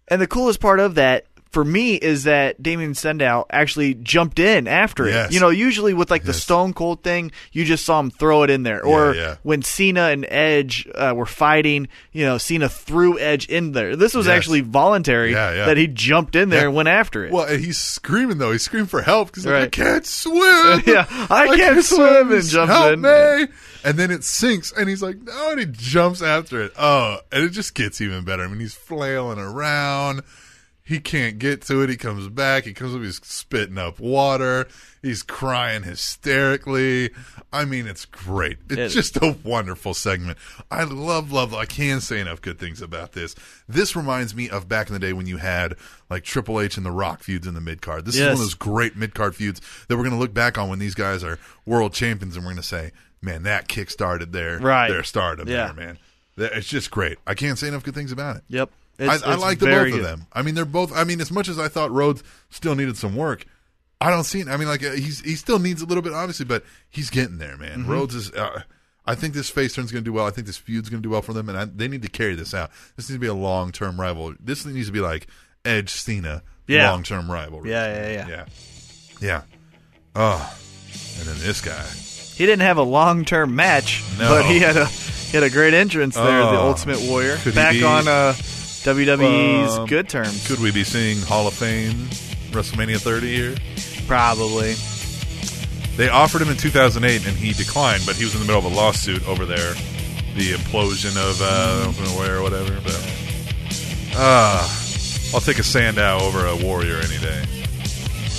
and the coolest part of that for me is that Damien Sandow actually jumped in after Yes. it. You know, usually with like the Yes. Stone Cold thing, you just saw him throw it in there. Or yeah. when Cena and Edge uh, were fighting, you know, Cena threw Edge in there. This was Yes. actually voluntary Yeah, yeah. that he jumped in there Yeah. and went after it. Well, and he's screaming though. He's screaming for help because like, I Right. can't swim. Yeah, I can't swim, and jumps help in. me. And then it sinks, and he's like, no, and he Uh, jumps after it. Oh, and it just gets even better. I mean, he's flailing around. He can't get to it. He comes back. He comes up. He's spitting up water. He's crying hysterically. I mean, it's great. It's It- just a wonderful segment. I love, love. I can't say enough good things about this. This reminds me of back in the day when you had like Triple H and The Rock feuds in the mid card. This is one of Yes. those great mid card feuds that we're going to look back on when these guys are world champions, and we're going to say, "Man, that kick started there. Right. their stardom Yeah. there, man. That- It's just great. I can't say enough good things about it. Yep. I, It's- I it's like the very both of good. them. I mean, they're both. I mean, as much as I thought Rhodes still needed some work, I don't see. it. I mean, like uh, he's he still needs a little bit, obviously, but he's getting there, man. Mm-hmm. Mhm. Rhodes is. Uh, I think this face turn's going to do well. I think this feud's going to do well for them, and I, they need to carry this out. This needs to be a long term rival. This needs to be like Edge Cena Yeah. long term rivalry. Yeah, yeah, yeah. yeah, yeah. Oh, and then this guy. He didn't have a long term match, No. but he had a he had a great entrance there. the Oh. Ultimate Warrior Could he back be- on uh, WWE's Um, good terms. Could we be seeing Hall of Fame WrestleMania 30 here? Probably. They offered him in 2008 and he declined, but he was in the middle of a lawsuit over there, the implosion of uh, Open Aware or whatever. But uh, I'll take a Sandow over a Warrior any day.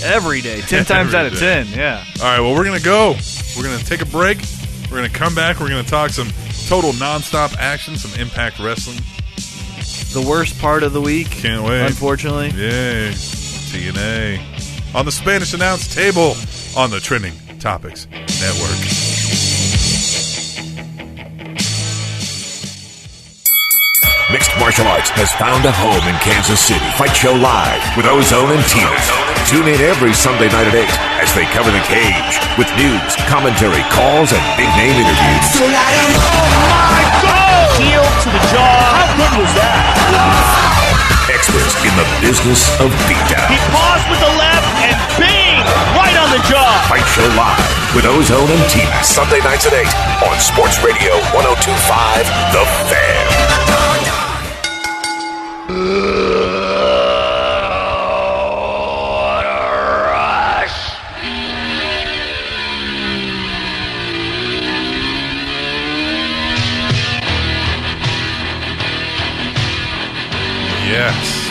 Every day, ten times Every out of day. ten. Yeah. All right, well, we're going to go. We're going to take a break. We're going to come back. We're going to talk some total nonstop action, some impact wrestling. The worst part of the week. Can't wait. Unfortunately. Yay. TNA. On the Spanish announce table on the Trending Topics Network. Mixed martial arts has found a home in Kansas City. Fight Show Live with Ozone and Tina. Tune in every Sunday night at 8 as they cover the cage with news, commentary, calls, and big name interviews. Heel to the jaw. How good was that? Experts in the business of beatdown. paused with the left and bang! Right on the jaw. Fight Show Live with Ozone and Tina. Sunday nights at 8 on Sports Radio 1025 The Fan. Yes.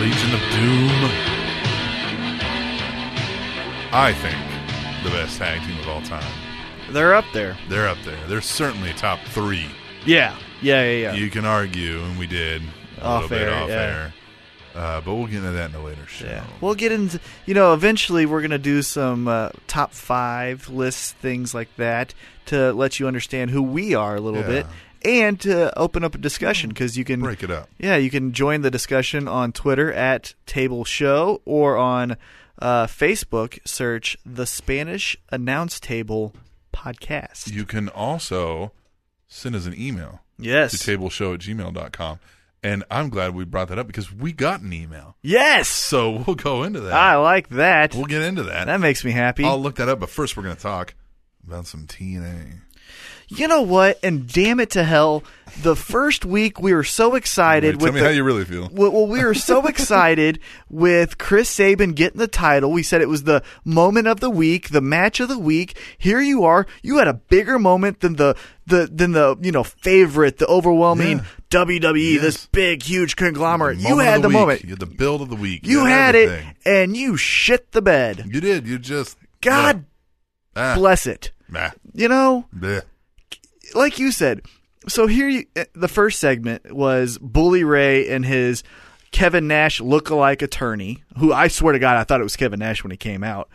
Legion of Doom. I think the best tag team of all time. They're up there. They're up there. They're certainly top three. Yeah. Yeah. Yeah. Yeah. You can argue, and we did a Off little bit air, off yeah. air. Uh, but we'll get into that in a later show. Yeah. We'll get into, you know, eventually we're going to do some uh, top five lists, things like that, to let you understand who we are a little Yeah. bit and to open up a discussion because you can Break it up. Yeah, you can join the discussion on Twitter at Table Show or on uh, Facebook, search the Spanish Announce Table Podcast. You can also send us an email Yes. to tableshow at gmail.com. And I'm glad we brought that up because we got an email. Yes! So we'll go into that. I like that. We'll get into that. Ah, That makes me happy. I'll look that up, but first we're going to talk about some TNA. You know what? And damn it to hell, the first week we were so excited Wait, with tell me the- how you really feel. Well, well, we were so excited with Chris Sabin getting the title. We said it was the moment of the week, the match of the week. Here you are. You had a bigger moment than the the than the you know favorite, the overwhelming Yeah. WWE, Yes. this big, huge conglomerate. You Moment of had the week. moment. You had the build of the week. You had everything. it, and you shit the bed. You did. You just God yeah. Ah. bless it. Bah. You know, Bleh. like you said, so here you, eh, the first segment was Bully Ray and his Kevin Nash lookalike attorney, who I swear to God, I thought it was Kevin Nash when he came out.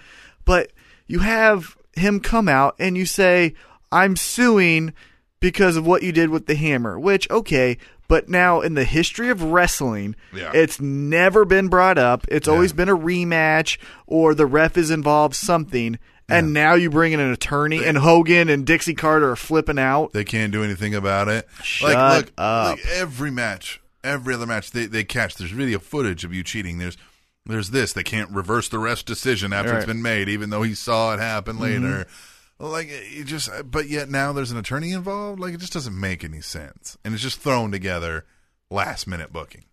But you have him come out and you say, I'm suing because of what you did with the hammer, which, okay, but now in the history of wrestling, Yeah. it's never been brought up. It's always been a rematch or the ref is involved, something. And now you bring in an attorney, and Hogan and Dixie Carter are flipping out. They can't do anything about it. Shut like, look, up. like every match, every other match, they, they catch. There's video footage of you cheating. There's there's this. They can't reverse the ref's decision after it's Right. Mm-hmm. been made, even though he saw it happen later. Like it just, but yet now there's an attorney involved. Like it just doesn't make any sense, and it's just thrown together last minute booking.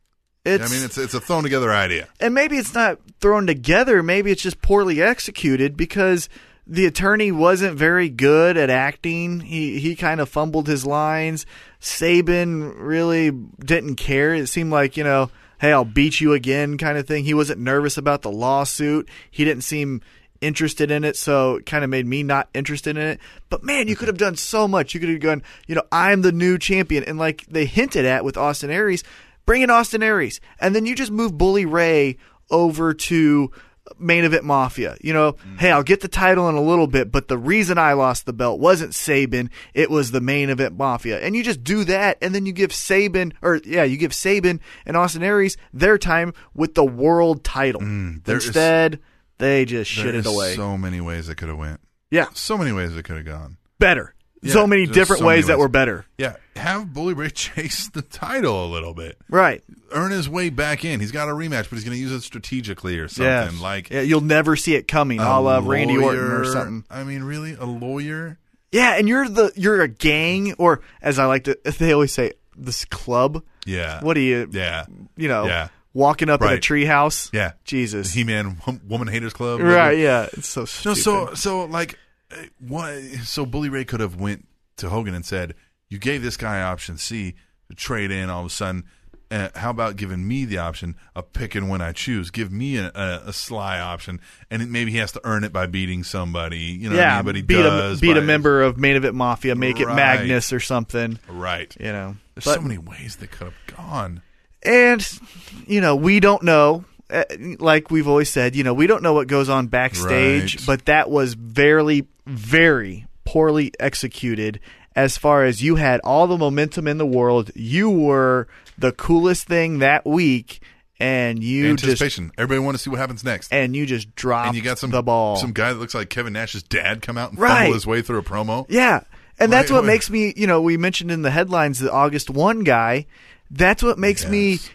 It's, I mean, it's it's a thrown together idea. and maybe it's not thrown together. Maybe it's just poorly executed because the attorney wasn't very good at acting. He he kind of fumbled his lines. Saban really didn't care. It seemed like you know, hey, I'll beat you again, kind of thing. He wasn't nervous about the lawsuit. He didn't seem interested in it, so it kind of made me not interested in it. But man, Mm-hmm. you could have done so much. You could have gone, you know, I'm the new champion, and like they hinted at with Austin Aries, bring in Austin Aries, and then you just move Bully Ray over to main event mafia. You know, Mm-hmm. hey, I'll get the title in a little bit, but the reason I lost the belt wasn't Saban, it was the main event mafia. And you just do that and then you give Saban or yeah, you give Saban and Austin Aries their time with the world title. Mm, there is- Instead, they just There shit is it away. So many ways it could have went. Yeah. So many ways it could have gone. better. Yeah, so many there's different so many ways that ways. were better. Yeah, have Bully Ray chase the title a little bit. Right. Earn his way back in. He's got a rematch, but he's going to use it strategically or something. Yes. Like Yeah, you'll never see it coming, a la Randy Orton or lawyer- something. I mean, really, a lawyer? Yeah, and you're the you're a gang, or as I like to, they always say, this club. Yeah. What are you? Yeah. You know, Yeah. walking up in a Right. treehouse. Yeah. Jesus. He Man Woman Haters Club. right? Yeah. It's so No, stupid. so so like, uh, what? So Bully Ray could have went to Hogan and said, "You gave this guy option C to trade in. All of a sudden, uh, how about giving me the option of picking when I choose? Give me a, a, a sly option, and it, maybe he has to earn it by beating somebody. You know, what I yeah, mean? but he beat does a beat by- a member of Main Event Mafia, make it Right. Magnus or something. Right. You know, There's But- so many ways they could have gone. and you know we don't know Uh, like we've always said you know we don't know what goes on backstage Right. but that was very very poorly executed as far as you had all the momentum in the world you were the coolest thing that week and you just Anticipation. Everybody want to see what happens next. and you just dropped And you got some the ball some guy that looks like Kevin Nash's dad come out and Right. fumble his way through a promo. Yeah. And that's Right, what right. makes me, you know, we mentioned in the headlines the August 1 guy. That's what makes me Yes.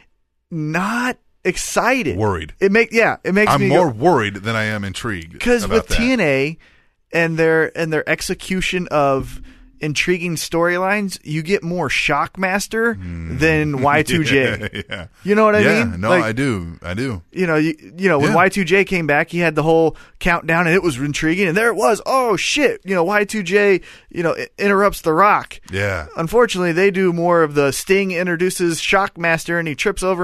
not excited. Worried. It make yeah, it makes I'm me more worried than I am intrigued. cuz about with that. TNA and their and their execution of intriguing storylines, you get more Shockmaster than Y2J. Hmm. yeah. You know what I yeah, mean? No, Like- I do. I do. you know, you, you know, when Yeah. Y2J came back, he had the whole countdown and it was intriguing. And there it was. Oh, shit. You know, Y2J, you know, i- interrupts The Rock. Yeah. Unfortunately, they do more of the Sting introduces Shockmaster and he trips over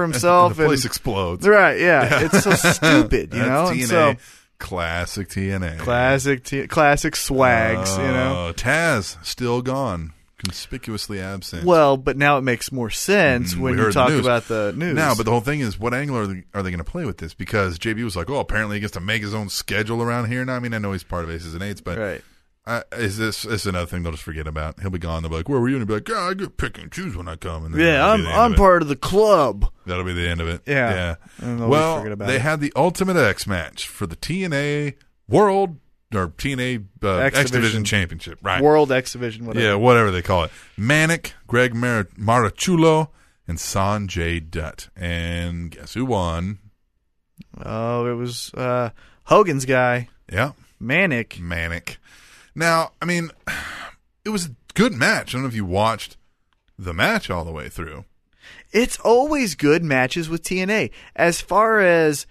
himself. the place explodes. Right. Yeah. It's so stupid, you That's know? And TNA. So, classic TNA. classic, t- classic swags, you know? Oh, Taz still gone, conspicuously absent. Well, but now it makes more sense Mm, when we you heard talk news. about the news. Now, but the whole thing is, what angle are they, are they going to play with this? Because JB was like, "Oh, apparently he gets to make his own schedule around here." Now, I mean, I know he's part of Aces and Eights, but Right. I, is this this is another thing they'll just forget about? He'll be gone. They'll be like, "Where were you?" And he'll be like, "Yeah, I get pick and choose when I come." And then yeah, that'll be I'm, the end of I'm it. part of the club. That'll be the end of it. Yeah. And Yeah. they'll just Well, forget about they it. had the Ultimate X match for the TNA World or TNA uh, X X, Division. Division Championship. Right. World Exhibition, whatever. Yeah, whatever they call it. Manic, Greg Mar- Marachulo, and Sanjay Dutt. And guess who won? Oh, it was uh, Hogan's guy, Yeah, Manic. Manic. Now, I mean, it was a good match. I don't know if you watched the match all the way through. It's always good matches with TNA. As far as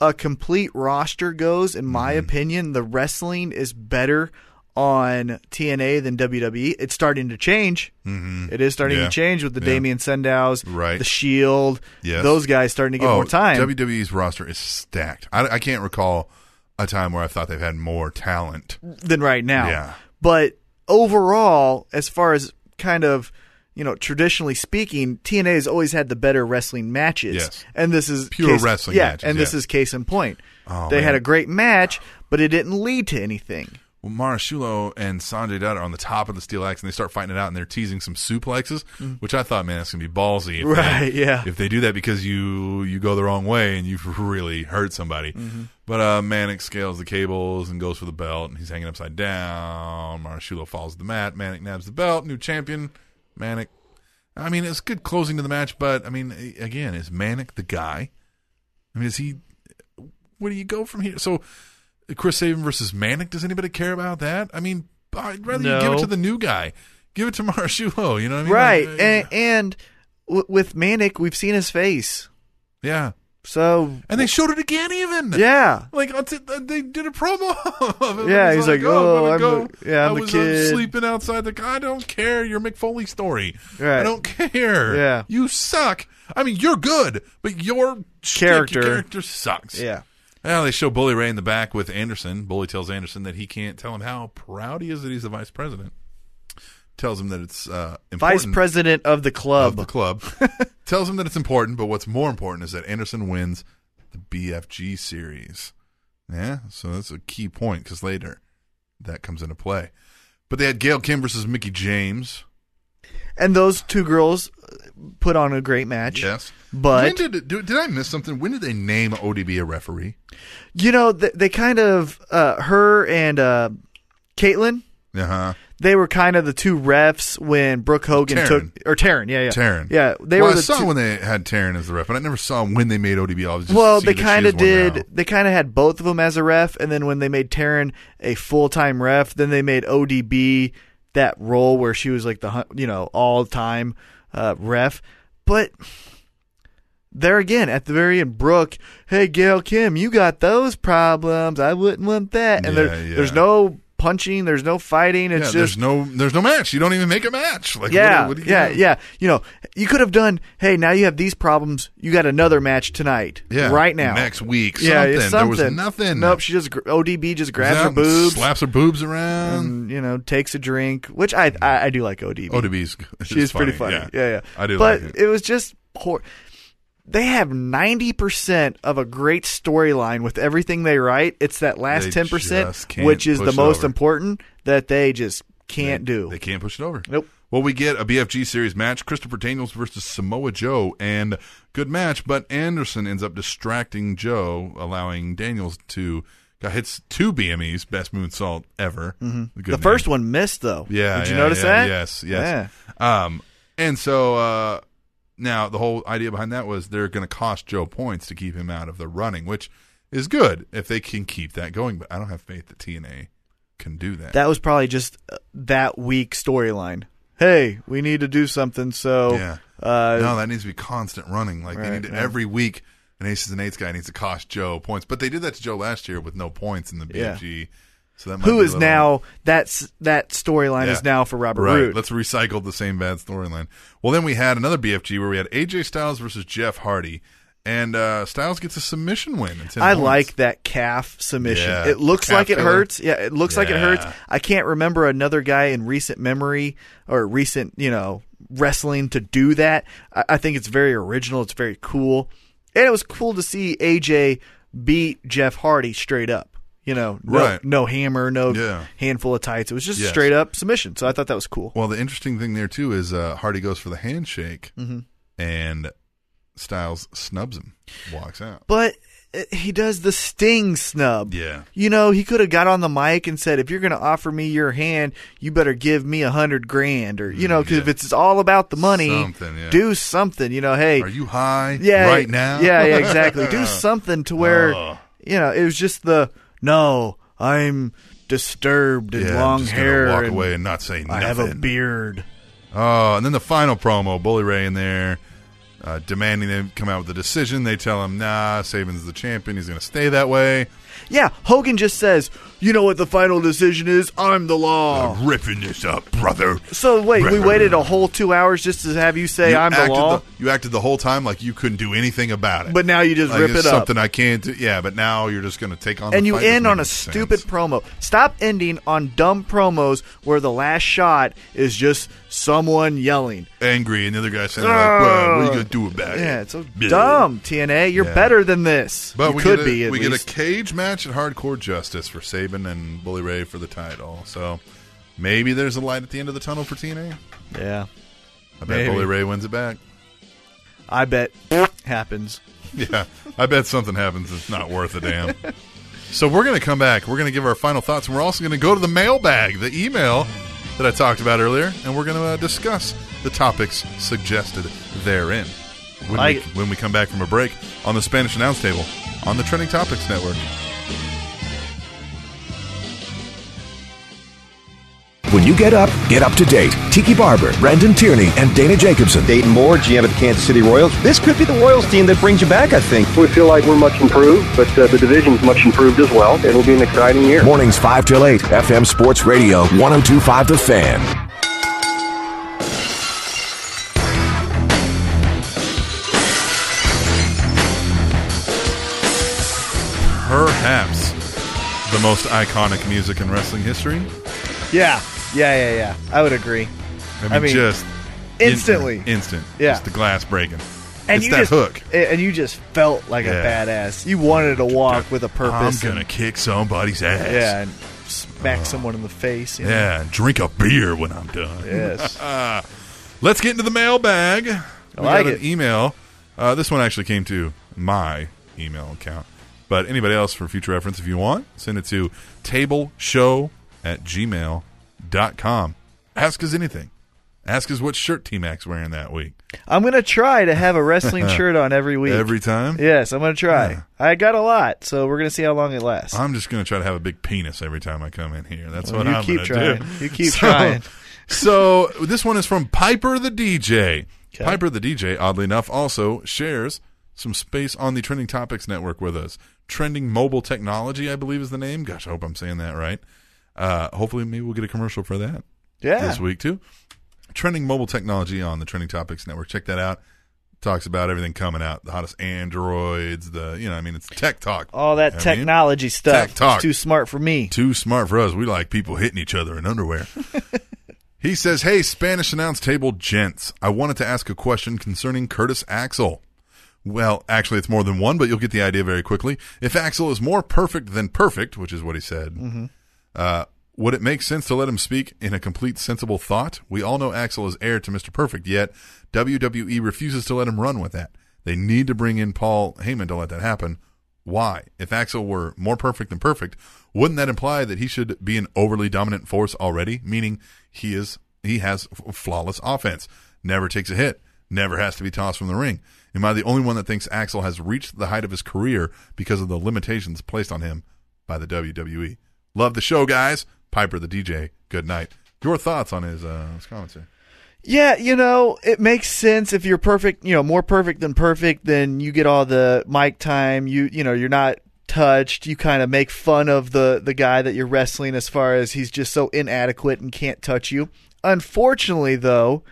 a complete roster goes, in my Mm-hmm. opinion, the wrestling is better on TNA than WWE. It's starting to change. Mm-hmm. is starting Yeah. to change with the Yeah. Damian Sandows, Right. the Shield, Yes. Oh, those guys starting to get more time. WWE's roster is stacked. I, I can't recall a time where I thought they've had more talent. than right now. Yeah. But overall, as far as kind of you know, traditionally speaking, TNA has always had the better wrestling matches. Yes. And this is Pure case- wrestling Yeah, matches, and this yeah. is case in point. Oh, they man. had a great match, but it didn't lead to anything. Well, Marashulo and Sanjay Dutt are on the top of the steel axe, and they start fighting it out, and they're teasing some suplexes, which I thought, man, that's gonna be ballsy, if Mm. Right, They, yeah. If they do that because you you go the wrong way and you've really hurt somebody, Mm-hmm. but uh, Manic scales the cables and goes for the belt, and he's hanging upside down. Marashulo falls to the mat. Manic nabs the belt. New champion, Manic. I mean, it's good closing to the match, but I mean, a- again, is Manic the guy? I mean, is he? Where do you go from here? So, Chris Saban versus Manic. Does anybody care about that? I mean, I'd rather you give No. it to the new guy. Give it to Marshulo. You know what I mean? uh, right. Like, uh, and and w- with Manic, we've seen his face. yeah. So and they showed it again, even Yeah. like uh, t- uh, they did a promo. of it. Yeah, It was he's like, "Oh, gonna I'm a- yeah, I'm I a was, uh, kid." sleeping outside the. I don't care your McFoley story. Right. I don't care. Yeah. you suck. I mean, you're good, but your shtick, your Character. character sucks. Yeah. Well, they show Bully Ray in the back with Anderson. Bully tells Anderson that he can't tell him how proud he is that he's the vice president. Tells him that it's uh, vice important president of the club. of the club. tells him that it's important, but what's more important is that Anderson wins the BFG series. Yeah, so that's a key point because later that comes into play. But they had Gail Kim versus Mickey James. and those two girls uh, put on a great match. Yes, when But did do- did I miss something? When did they name ODB a referee? you know, they, they kind of uh, her and uh, Caitlin. Uh huh. They were kind of the two refs when Brooke Hogan Taryn. took or Taryn, yeah, yeah, Taryn. yeah. They well, were I the saw two- when they had Taryn as the ref, but I never saw when they made ODB. I was just well, see they that she kind of is one did. now. They kind of had both of them as a ref, and then when they made Taryn a full time ref, then they made ODB that role where she was like the hun- you know all time uh, ref. But there again, at the very end, Brooke, hey Gail Kim, you got those problems. I wouldn't want that. And there, Yeah, yeah. there's no punching. There's no fighting. Yeah, It's there's just no there's no match. You don't even make a match. Like yeah, what, what do you yeah, do? yeah. You know, you could have done. Hey, now you have these problems. You got another match tonight. Yeah, right now. next week. Yeah, something. yeah, There was something. nothing. Nope. She just gr- ODB Goes just grabs out her and boobs. slaps her boobs around. and, you know, takes a drink, which I I, I do like ODB. ODB's she's pretty funny. Yeah, yeah. I do. But like it. it was just poor. They have ninety percent of a great storyline with everything they write. It's that They last ten percent, just can't which is the push it most over. important that they just can't do. They can't push it over. Nope. Well, we get a BFG series match: Christopher Daniels versus Samoa Joe, and good match. But Anderson ends up distracting Joe, allowing Daniels to got hits two BMEs, best moonsault ever. Mm-hmm. the first one missed though. Yeah. Did you yeah, notice yeah, that? Yes. Yes. Um, and so uh, now the whole idea behind that was they're going to cost Joe points to keep him out of the running, which is good if they can keep that going. But I don't have faith that TNA can do that. That was probably just uh, that week storyline. Hey, we need to do something. So yeah. uh, no, that needs to be constant running. Like they Right, need to, yeah. every week. An aces and eights guy needs to cost Joe points, but they did that to Joe last year with no points in the Yeah. BFG. So that might who be a is little- now that's that storyline Yeah. is now for Robert Right. Roode. Let's recycle the same bad storyline. Well, then we had another BFG where we had AJ Styles versus Jeff Hardy, and uh, Styles gets a submission win. in 10 I points. like that calf submission. Yeah. It looks Calf like it killer. hurts. Yeah, it looks like it Yeah. hurts. I can't remember another guy in recent memory or recent, you know, wrestling to do that. I, I think it's very original. It's very cool. And it was cool to see AJ beat Jeff Hardy straight up. You know, no, Right. no hammer, no Yeah. handful of tights. It was just Yes. straight up submission. So I thought that was cool. Well, the interesting thing there too is uh, Hardy goes for the handshake, Mm-hmm. and Styles snubs him, walks out. but uh, he does the sting snub. Yeah. You know, he could have got on the mic and said, if you're going to offer me your hand, you better give me a hundred grand or, you know, because if it's all about the money, Mm, Something, yeah. do something, you know, hey, Are you high? yeah, right now. Oh. Yeah, yeah, exactly. do something to where, Ugh. you know, it was just the, no, I'm disturbed and Yeah, long I'm just hair. Gonna walk and away and not say I nothing. have a beard. Oh, and then the final promo, Bully Ray in there, uh, demanding they come out with a decision. They tell him, "Nah, Saban's the champion. He's going to stay that way." Yeah, Hogan just says, you know what the final decision is? I'm the law. ripping this up, brother. Oh. So wait, we Brother. waited a whole two hours just to have you say I'm the acted law, you acted the whole time like you couldn't do anything about it. but now you just Like, rip it's it up something I can't do. Yeah, but now you're just going to take on and the you fight. Doesn't end on make a sense. stupid promo. Stop ending on dumb promos where the last shot is just someone yelling. angry, and the other guy saying like, "Bro, what are you going to do about it?" Yeah, it's so Yeah. dumb. TNA, you're Yeah. better than this. But you we could get a, be. At we least. get a cage match at Hardcore Justice for Saban and Bully Ray for the title. So maybe there's a light at the end of the tunnel for TNA. yeah, I bet Maybe. Bully Ray wins it back. I bet happens. Yeah, I bet something happens that's not worth a damn. so we're going to come back. We're going to give our final thoughts, and we're also going to go to the mailbag, the email that I talked about earlier, and we're going to uh, discuss the topics suggested therein. When, Like we, it. when we come back from a break on the Spanish Announce Table on the Trending Topics Network. When you get up, get up to date. Tiki Barber, Brandon Tierney, and Dana Jacobson. Dayton Moore, GM of the Kansas City Royals. This could be the Royals team that brings you back, I think. We feel like we're much improved, but uh, the division's much improved as well. It'll be an exciting year. Mornings 5 till 8, FM Sports Radio, 1025 The Fan. Perhaps the most iconic music in wrestling history. Yeah, yeah, yeah, yeah. I would agree. I mean, just in- instantly. instant. Yeah. Just the glass breaking. and it's you that just, hook. And you just felt like Yeah. a badass. You wanted to walk with a purpose. I'm gonna and- kick somebody's ass. Yeah, and smack someone in the face. you know? Yeah, and drink a beer when I'm done. Yes. Let's get into the mailbag. We like got it. an email. Uh, this one actually came to my email account. But anybody else for future reference, if you want, send it to tableshow at gmail.com. Ask us anything. Ask us what shirt T Mac's wearing that week. I'm gonna try to have a wrestling shirt on every week. Every time? Yes, I'm gonna try. I got a lot, so we're gonna see how long it lasts. I'm just going to try to have a big penis every time I come in here. That's Well, what you I'm keep gonna trying. do. You keep trying. So this one is from Piper the DJ. Piper the DJ, oddly enough, also shares some space on the Trending Topics Network with us. Trending Mobile Technology, I believe, is the name. Gosh, I hope I'm saying that right. Uh, hopefully, maybe we'll get a commercial for that Yeah. this week too. Trending Mobile Technology on the Trending Topics Network. Check that out. Talks about everything coming out, the hottest androids, the you know, I mean, it's tech talk. All that I mean, technology stuff. Tech talk. It's too smart for me. Too smart for us. We like people hitting each other in underwear. he says, Hey, Spanish announce table gents, I wanted to ask a question concerning Curtis Axel. Well, actually, it's more than one, but you'll get the idea very quickly. If Axel is more perfect than perfect, which is what he said, uh, would it make sense to let him speak in a complete sensible thought? We all know Axel is heir to Mr. Perfect, yet WWE refuses to let him run with that. They need to bring in Paul Heyman to let that happen. Why? If Axel were more perfect than perfect, wouldn't that imply that he should be an overly dominant force already? Meaning he is he has f- flawless offense, never takes a hit, never has to be tossed from the ring. Am I the only one that thinks Axel has reached the height of his career because of the limitations placed on him by the WWE? Love the show, guys. Piper the DJ. Good night. Your thoughts on his uh, his comments here? Yeah, you know, it makes sense if you're perfect, you know, more perfect than perfect, then you get all the mic time. You you know, you're not touched. You kind of make fun of the the guy that you're wrestling as far as he's just so inadequate and can't touch you. Unfortunately, though,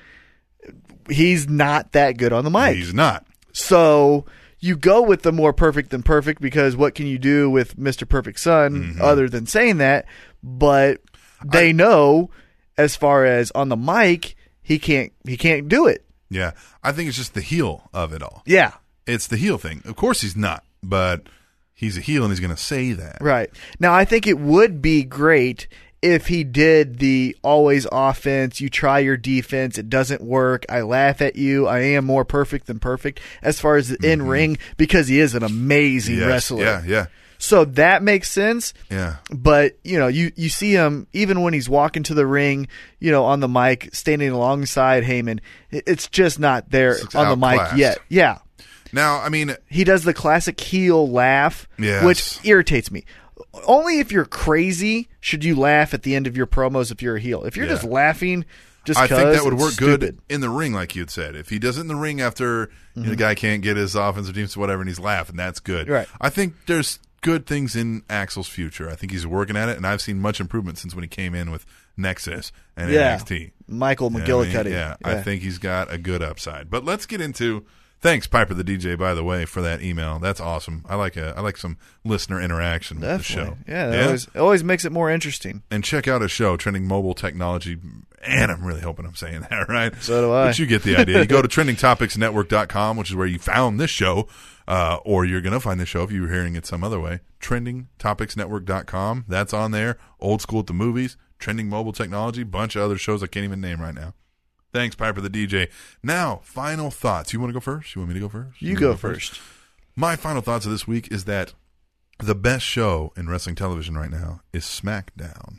he's not that good on the mic. He's not. So you go with the more perfect than perfect because what can you do with Mr. Perfect Son other than saying that? But they know as far as on the mic, he can't he can't do it. Yeah, I think it's just the heel of it all. Yeah. It's the heel thing. Of course he's not, but he's a heel and he's going to say that. Right. Now I think it would be great if he did the always offense, you try your defense, it doesn't work, I laugh at you, I am more perfect than perfect as far as the in ring because he is an amazing Mm-hmm. Yes, wrestler. Yeah, yeah, So that makes sense. yeah. but you know you you see him even when he's walking to the ring you know on the mic standing alongside Heyman i- it's just not there It's on the mic outclassed. yet yeah Now, I mean, he does the classic heel laugh Yes. which irritates me only if you're crazy should you laugh at the end of your promos if you're a heel if you're Yeah. just laughing just I think 'cause, that would it's work stupid. Mm-hmm. good in the ring, like you'd said. If he does it in the ring after you know, the guy can't get his offensive defense, whatever, and he's laughing, that's good. Right. I think there's good things in Axel's future. I think he's working at it, and I've seen much improvement since when he came in with Nexus and yeah NXT. Michael You know what I McGillicuddy mean? Yeah, I think he's got a good upside. But let's get into thanks Piper the DJ by the way for that email. That's awesome. I like a I like some listener interaction with Definitely. the show. yeah, that Always, it always makes it more interesting and check out his show Trending Mobile Technology and I'm really hoping I'm saying that right. So do I. But you get the idea. You go to trendingtopicsnetwork.com, which is where you found this show, uh, or you're going to find this show if you're hearing it some other way. Trendingtopicsnetwork.com. That's on there. Old School at the Movies, Trending Mobile Technology, bunch of other shows I can't even name right now. Thanks, Piper the DJ. Now, final thoughts. You want to go first? You want me to go first? you wanna go first My final thoughts of this week is that the best show in wrestling television right now is SmackDown.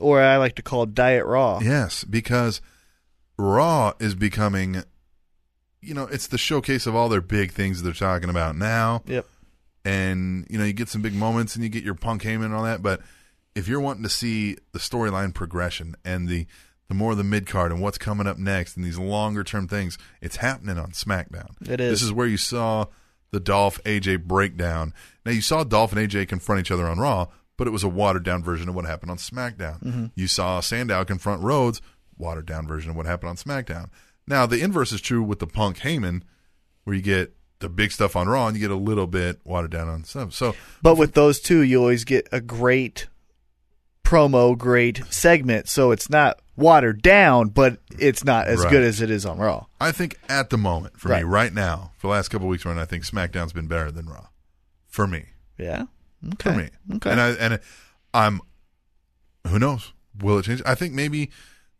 or I like to call Diet Raw Yes, because Raw is becoming, you know, it's the showcase of all their big things they're talking about now. yep And, you know, you get some big moments and you get your Punk Heyman and all that, but if you're wanting to see the storyline progression and the the more of the mid card and what's coming up next and these longer term things, it's happening on SmackDown. It is. This is where you saw the Dolph AJ breakdown. Now you saw Dolph and AJ confront each other on Raw, but it was a watered down version of what happened on SmackDown. Mm-hmm. Mhm. You saw Sandow confront Rhodes, watered down version of what happened on SmackDown. Now the inverse is true with the Punk Heyman, where you get the big stuff on Raw and you get a little bit watered down on stuff. So But with those two, you always get a great promo, great segment. So it's not watered down, but it's not as Right. good as it is on Raw. I think at the moment, for me Right. right now, for the last couple of weeks, running, I think SmackDown's been better than Raw, for me. Yeah. For me. Okay. And I and I'm. Who knows? Will it change? I think maybe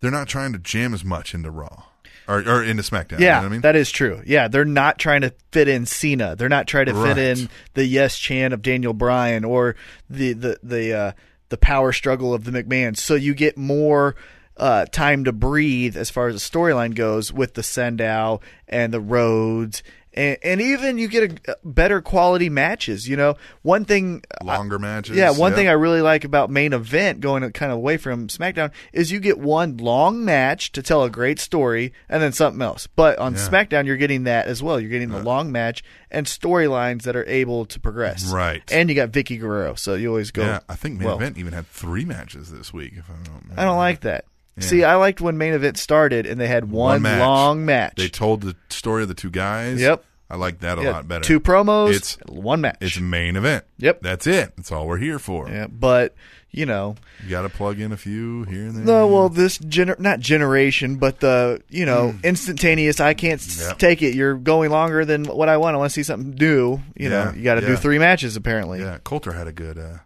they're not trying to jam as much into Raw or, or into SmackDown. you know yeah, what I mean, that is true. Yeah, they're not trying to fit in Cena. They're not trying to Right. fit in the yes chant of Daniel Bryan or the the the uh, the power struggle of the McMahon. So you get more uh, time to breathe as far as the storyline goes with the Sandow and the Rhodes. And, and even you get a better quality matches. You know, one thing longer matches. yeah, one thing I really like about main event going kind of away from SmackDown is you get one long match to tell a great story and then something else. But on Yeah. SmackDown, you're getting that as well. You're getting the long match and storylines that are able to progress. Right. And you got Vicky Guerrero, so you always go. yeah, I think main well. event even had three matches this week. If I don't, I don't like that. Yeah. See, I liked when main event started and they had one, match. long match. They told the story of the two guys. Yep. I like that a Yeah, lot better. two promos, It's one match. It's main event. Yep. That's it. That's all we're here for. Yeah, but you know, You got to plug in a few here and there. No, well, this gener- not generation, but the you know instantaneous. I can't s- Mm. Yep. take it. You're going longer than what I want. I want to see something new. You know, Yeah, you got to do yeah. three matches apparently. Yeah, Coulter had a good, uh,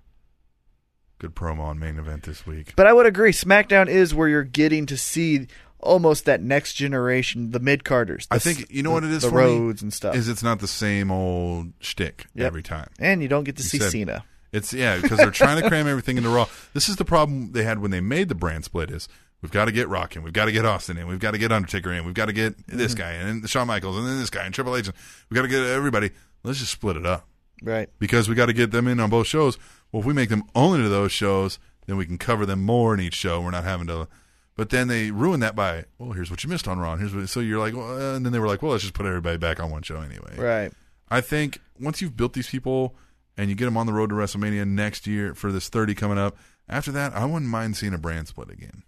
good promo on main event this week. But I would agree. SmackDown is where you're getting to see almost that next generation, the mid carders. I think you know what it is. the for me? roads and stuff. Is it's not the same old shtick Yep. every time. and you don't get to You see said- Cena. It's yeah, because they're trying to cram everything into Raw. This is the problem they had when they made the brand split. Is we've got to get Rock in, we've got to get Austin in, we've got to get Undertaker in, we've got to get this Mhm. guy in, and Shawn Michaels, and then this guy, and Triple H, and we've got to get everybody. Let's just split it up Right. because we got to get them in on both shows. Well, if we make them only to those shows, then we can cover them more in each show. We're not having to. But then they ruin that by, well, here's what you missed on Raw. and Here's what, so you're like, well, uh, and then they were like, well, let's just put everybody back on one show anyway. Right. I think once you've built these people and you get them on the road to WrestleMania next year for this 30 coming up, after that, I wouldn't mind seeing a brand split again,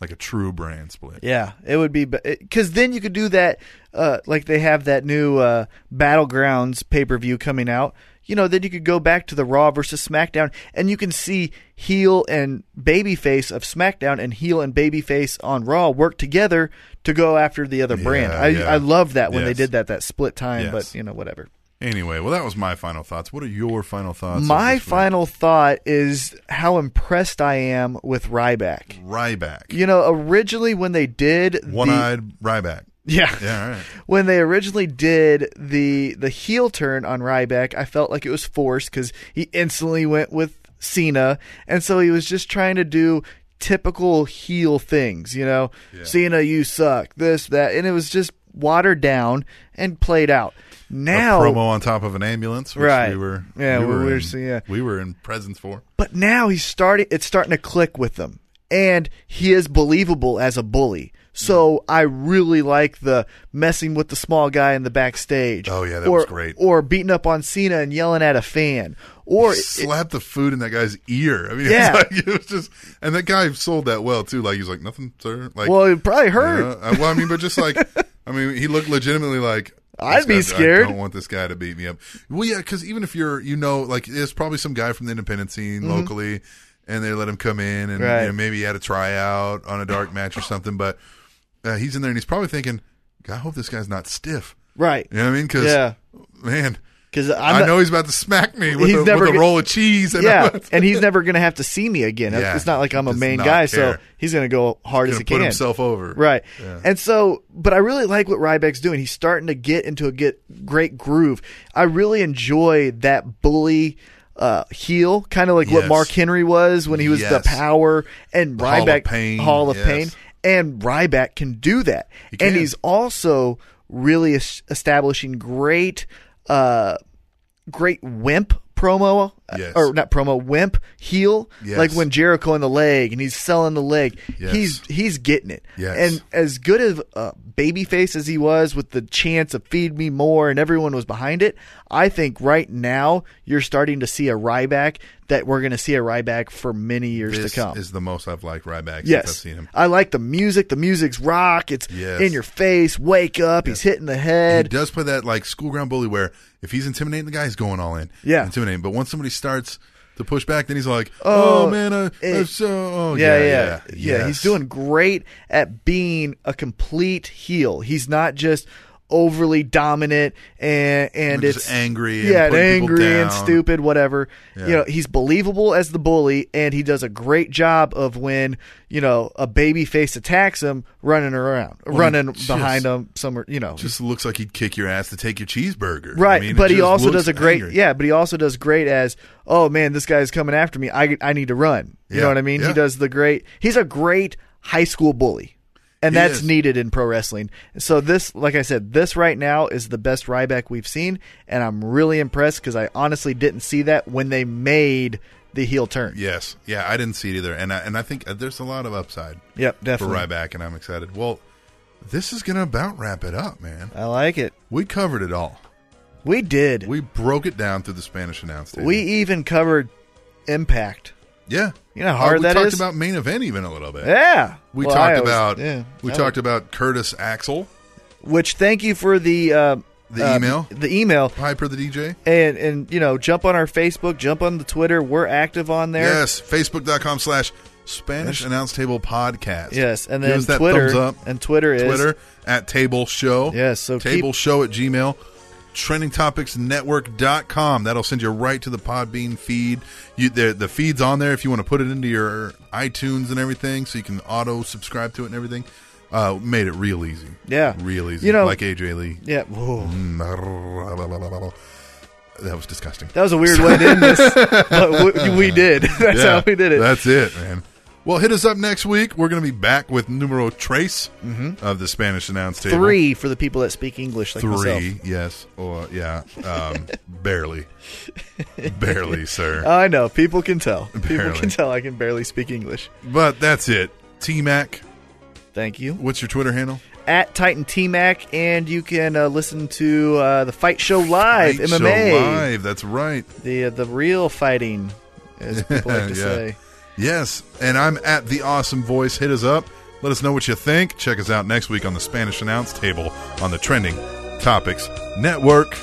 like a true brand split. Yeah, it would be because then you could do that. Uh, like they have that new uh, battlegrounds pay per view coming out. You know, then you could go back to the Raw versus SmackDown, and you can see heel and babyface of SmackDown and heel and babyface on Raw work together to go after the other brand. I yeah. I love that when they Yes. did that that split time, Yes. but you know whatever. Anyway, well, that was my final thoughts. What are your final thoughts? of My this week? final thought is how impressed I am with Ryback. Ryback. You know, originally when they did the- One eyed Ryback. Yeah. Yeah, all right. when they originally did the the heel turn on Ryback, I felt like it was forced because he instantly went with Cena, and so he was just trying to do typical heel things, you know, Cena, you suck, this, that, and it was just watered down and played out. Now, a promo on top of an ambulance, which Right. we were Yeah, we we were, were in, seeing- yeah. we were in presence for. But now he's starting. It's starting to click with them, and he is believable as a bully. So Mm-hmm. I really like the messing with the small guy in the backstage. Oh, yeah, that or, was great. Or beating up on Cena and yelling at a fan. Or Slapped the food in that guy's ear. I mean, Yeah. it, was like, it was just, and that guy sold that well too. Like he was like, nothing, sir. Like, well, it probably you know, hurt. I- well, I mean, but just like, I mean, he looked legitimately like. this I'd be guy- scared. I don't want this guy to beat me up. Well, yeah, because even if you're, you know, like there's probably some guy from the independent scene Mhm. locally, and they let him come in, and Right. you know, maybe he had a tryout on a dark match or something. But uh, he's in there, and he's probably thinking, "God, I hope this guy's not stiff." Right. You know what I mean? Because Yeah. man, because I know he's about to smack me with, he's a, with never a gonna- roll of cheese. And yeah, and he's never going to have to see me again. Yeah, it's not like I'm a does main not guy, care. so he's going to go hard He's as he gonna can. put himself over. right? Yeah. And so, but I really like what Ryback's doing. He's starting to get into a get great groove. I really enjoy that bully. Uh, heel, kind of like what Yes. Mark Henry was when he was the Yes. power, and The Hall of Ryback Pain, Hall of yes. Pain, and Ryback can do that, and can. he's also really es- establishing great uh, great wimp promo, Yes. or not promo, wimp heel, Yes. like when Jericho in the leg and he's selling the leg. Yes. He's he's getting it. Yes. And as good of a babyface as he was with the chance of feed me more and everyone was behind it, I think right now you're starting to see a Ryback that we're going to see a Ryback for many years This to come. is the most I've liked Ryback Yes, since I've seen him. I like the music. The music's rock. It's Yes. in your face. Wake up! He's hitting the He head. does play that like school ground bully where if he's intimidating the guy, he's going all in. Yeah. Intimidating. But once somebody starts to push back, then he's like, Oh, oh, man, uh, uh, it- so, oh, yeah, yeah, yeah, yeah. yeah. Yes. He's doing great at being a complete heel. He's not just overly dominant and and Just it's angry and yeah, putting people angry and down. stupid, whatever. Yeah. You know, he's believable as the bully, and he does a great job of when you know a baby face attacks him, running around, Well, he running just- behind him somewhere. You know, Just looks like he'd kick your ass to take your cheeseburger. Right, I mean, it but he just also looks does a great angry. yeah, but he also does great as oh man, this guy's coming after me. I I need to run. You Yeah, know what I mean? yeah. He does the great. He's a great high school bully. And He that's is. needed in pro wrestling. So this, like I said, this right now is the best Ryback we've seen, and I'm really impressed because I honestly didn't see that when they made the heel turn. Yes. Yeah, I didn't see it either. And I, and I think uh, there's a lot of upside Yep, for definitely. Ryback, and I'm excited. Well, this is going to about wrap it up, man. I like it. We covered it all. We did. We broke it down through the Spanish announce table. We even covered Impact. yeah. Uh, You know how hard we that talked is? about main event even a little bit. Yeah. We Well, I talked always- about yeah, we that talked about Curtis Axel, which thank you for the uh, The uh, email? the email Piper the DJ. and and you know jump on our facebook jump on the twitter we're active on there Yes, facebook.com slash Spanish Announce Table Podcast. Yes, and Give then us that Twitter- thumbs up. and Twitter is- Twitter at Table Show. Yes, so keep- Table Show at Gmail. TrendingTopicsNetwork.com. That'll send you right to the Podbean feed. You, the, the feed's on there if you want to put it into your iTunes and everything so you can auto subscribe to it and everything. Uh, made it real easy. Yeah. Real easy. You know- like AJ Lee. yeah Whoa. Mm. That was disgusting. that was a weird way to end this but we, we did that's Yeah, how we did it That's it, man. Well, hit us up next week. We're going to be back with numero trace of the Spanish announce table. Mm-hmm. three for the people that speak english like three, myself yes, or yeah, um, barely, barely, sir. i know people can tell people Barely. can tell i can barely speak english but that's it. T Mac, thank you what's your Twitter handle? at titan t-mac and you can uh, listen to uh, the fight show live Fight Show mma live. That's right. the uh, the real fighting as people like to Yeah. say Yes, and I'm at the awesome voice. Hit us up. Let us know what you think. Check us out next week on the Spanish announce table on the trending topics network.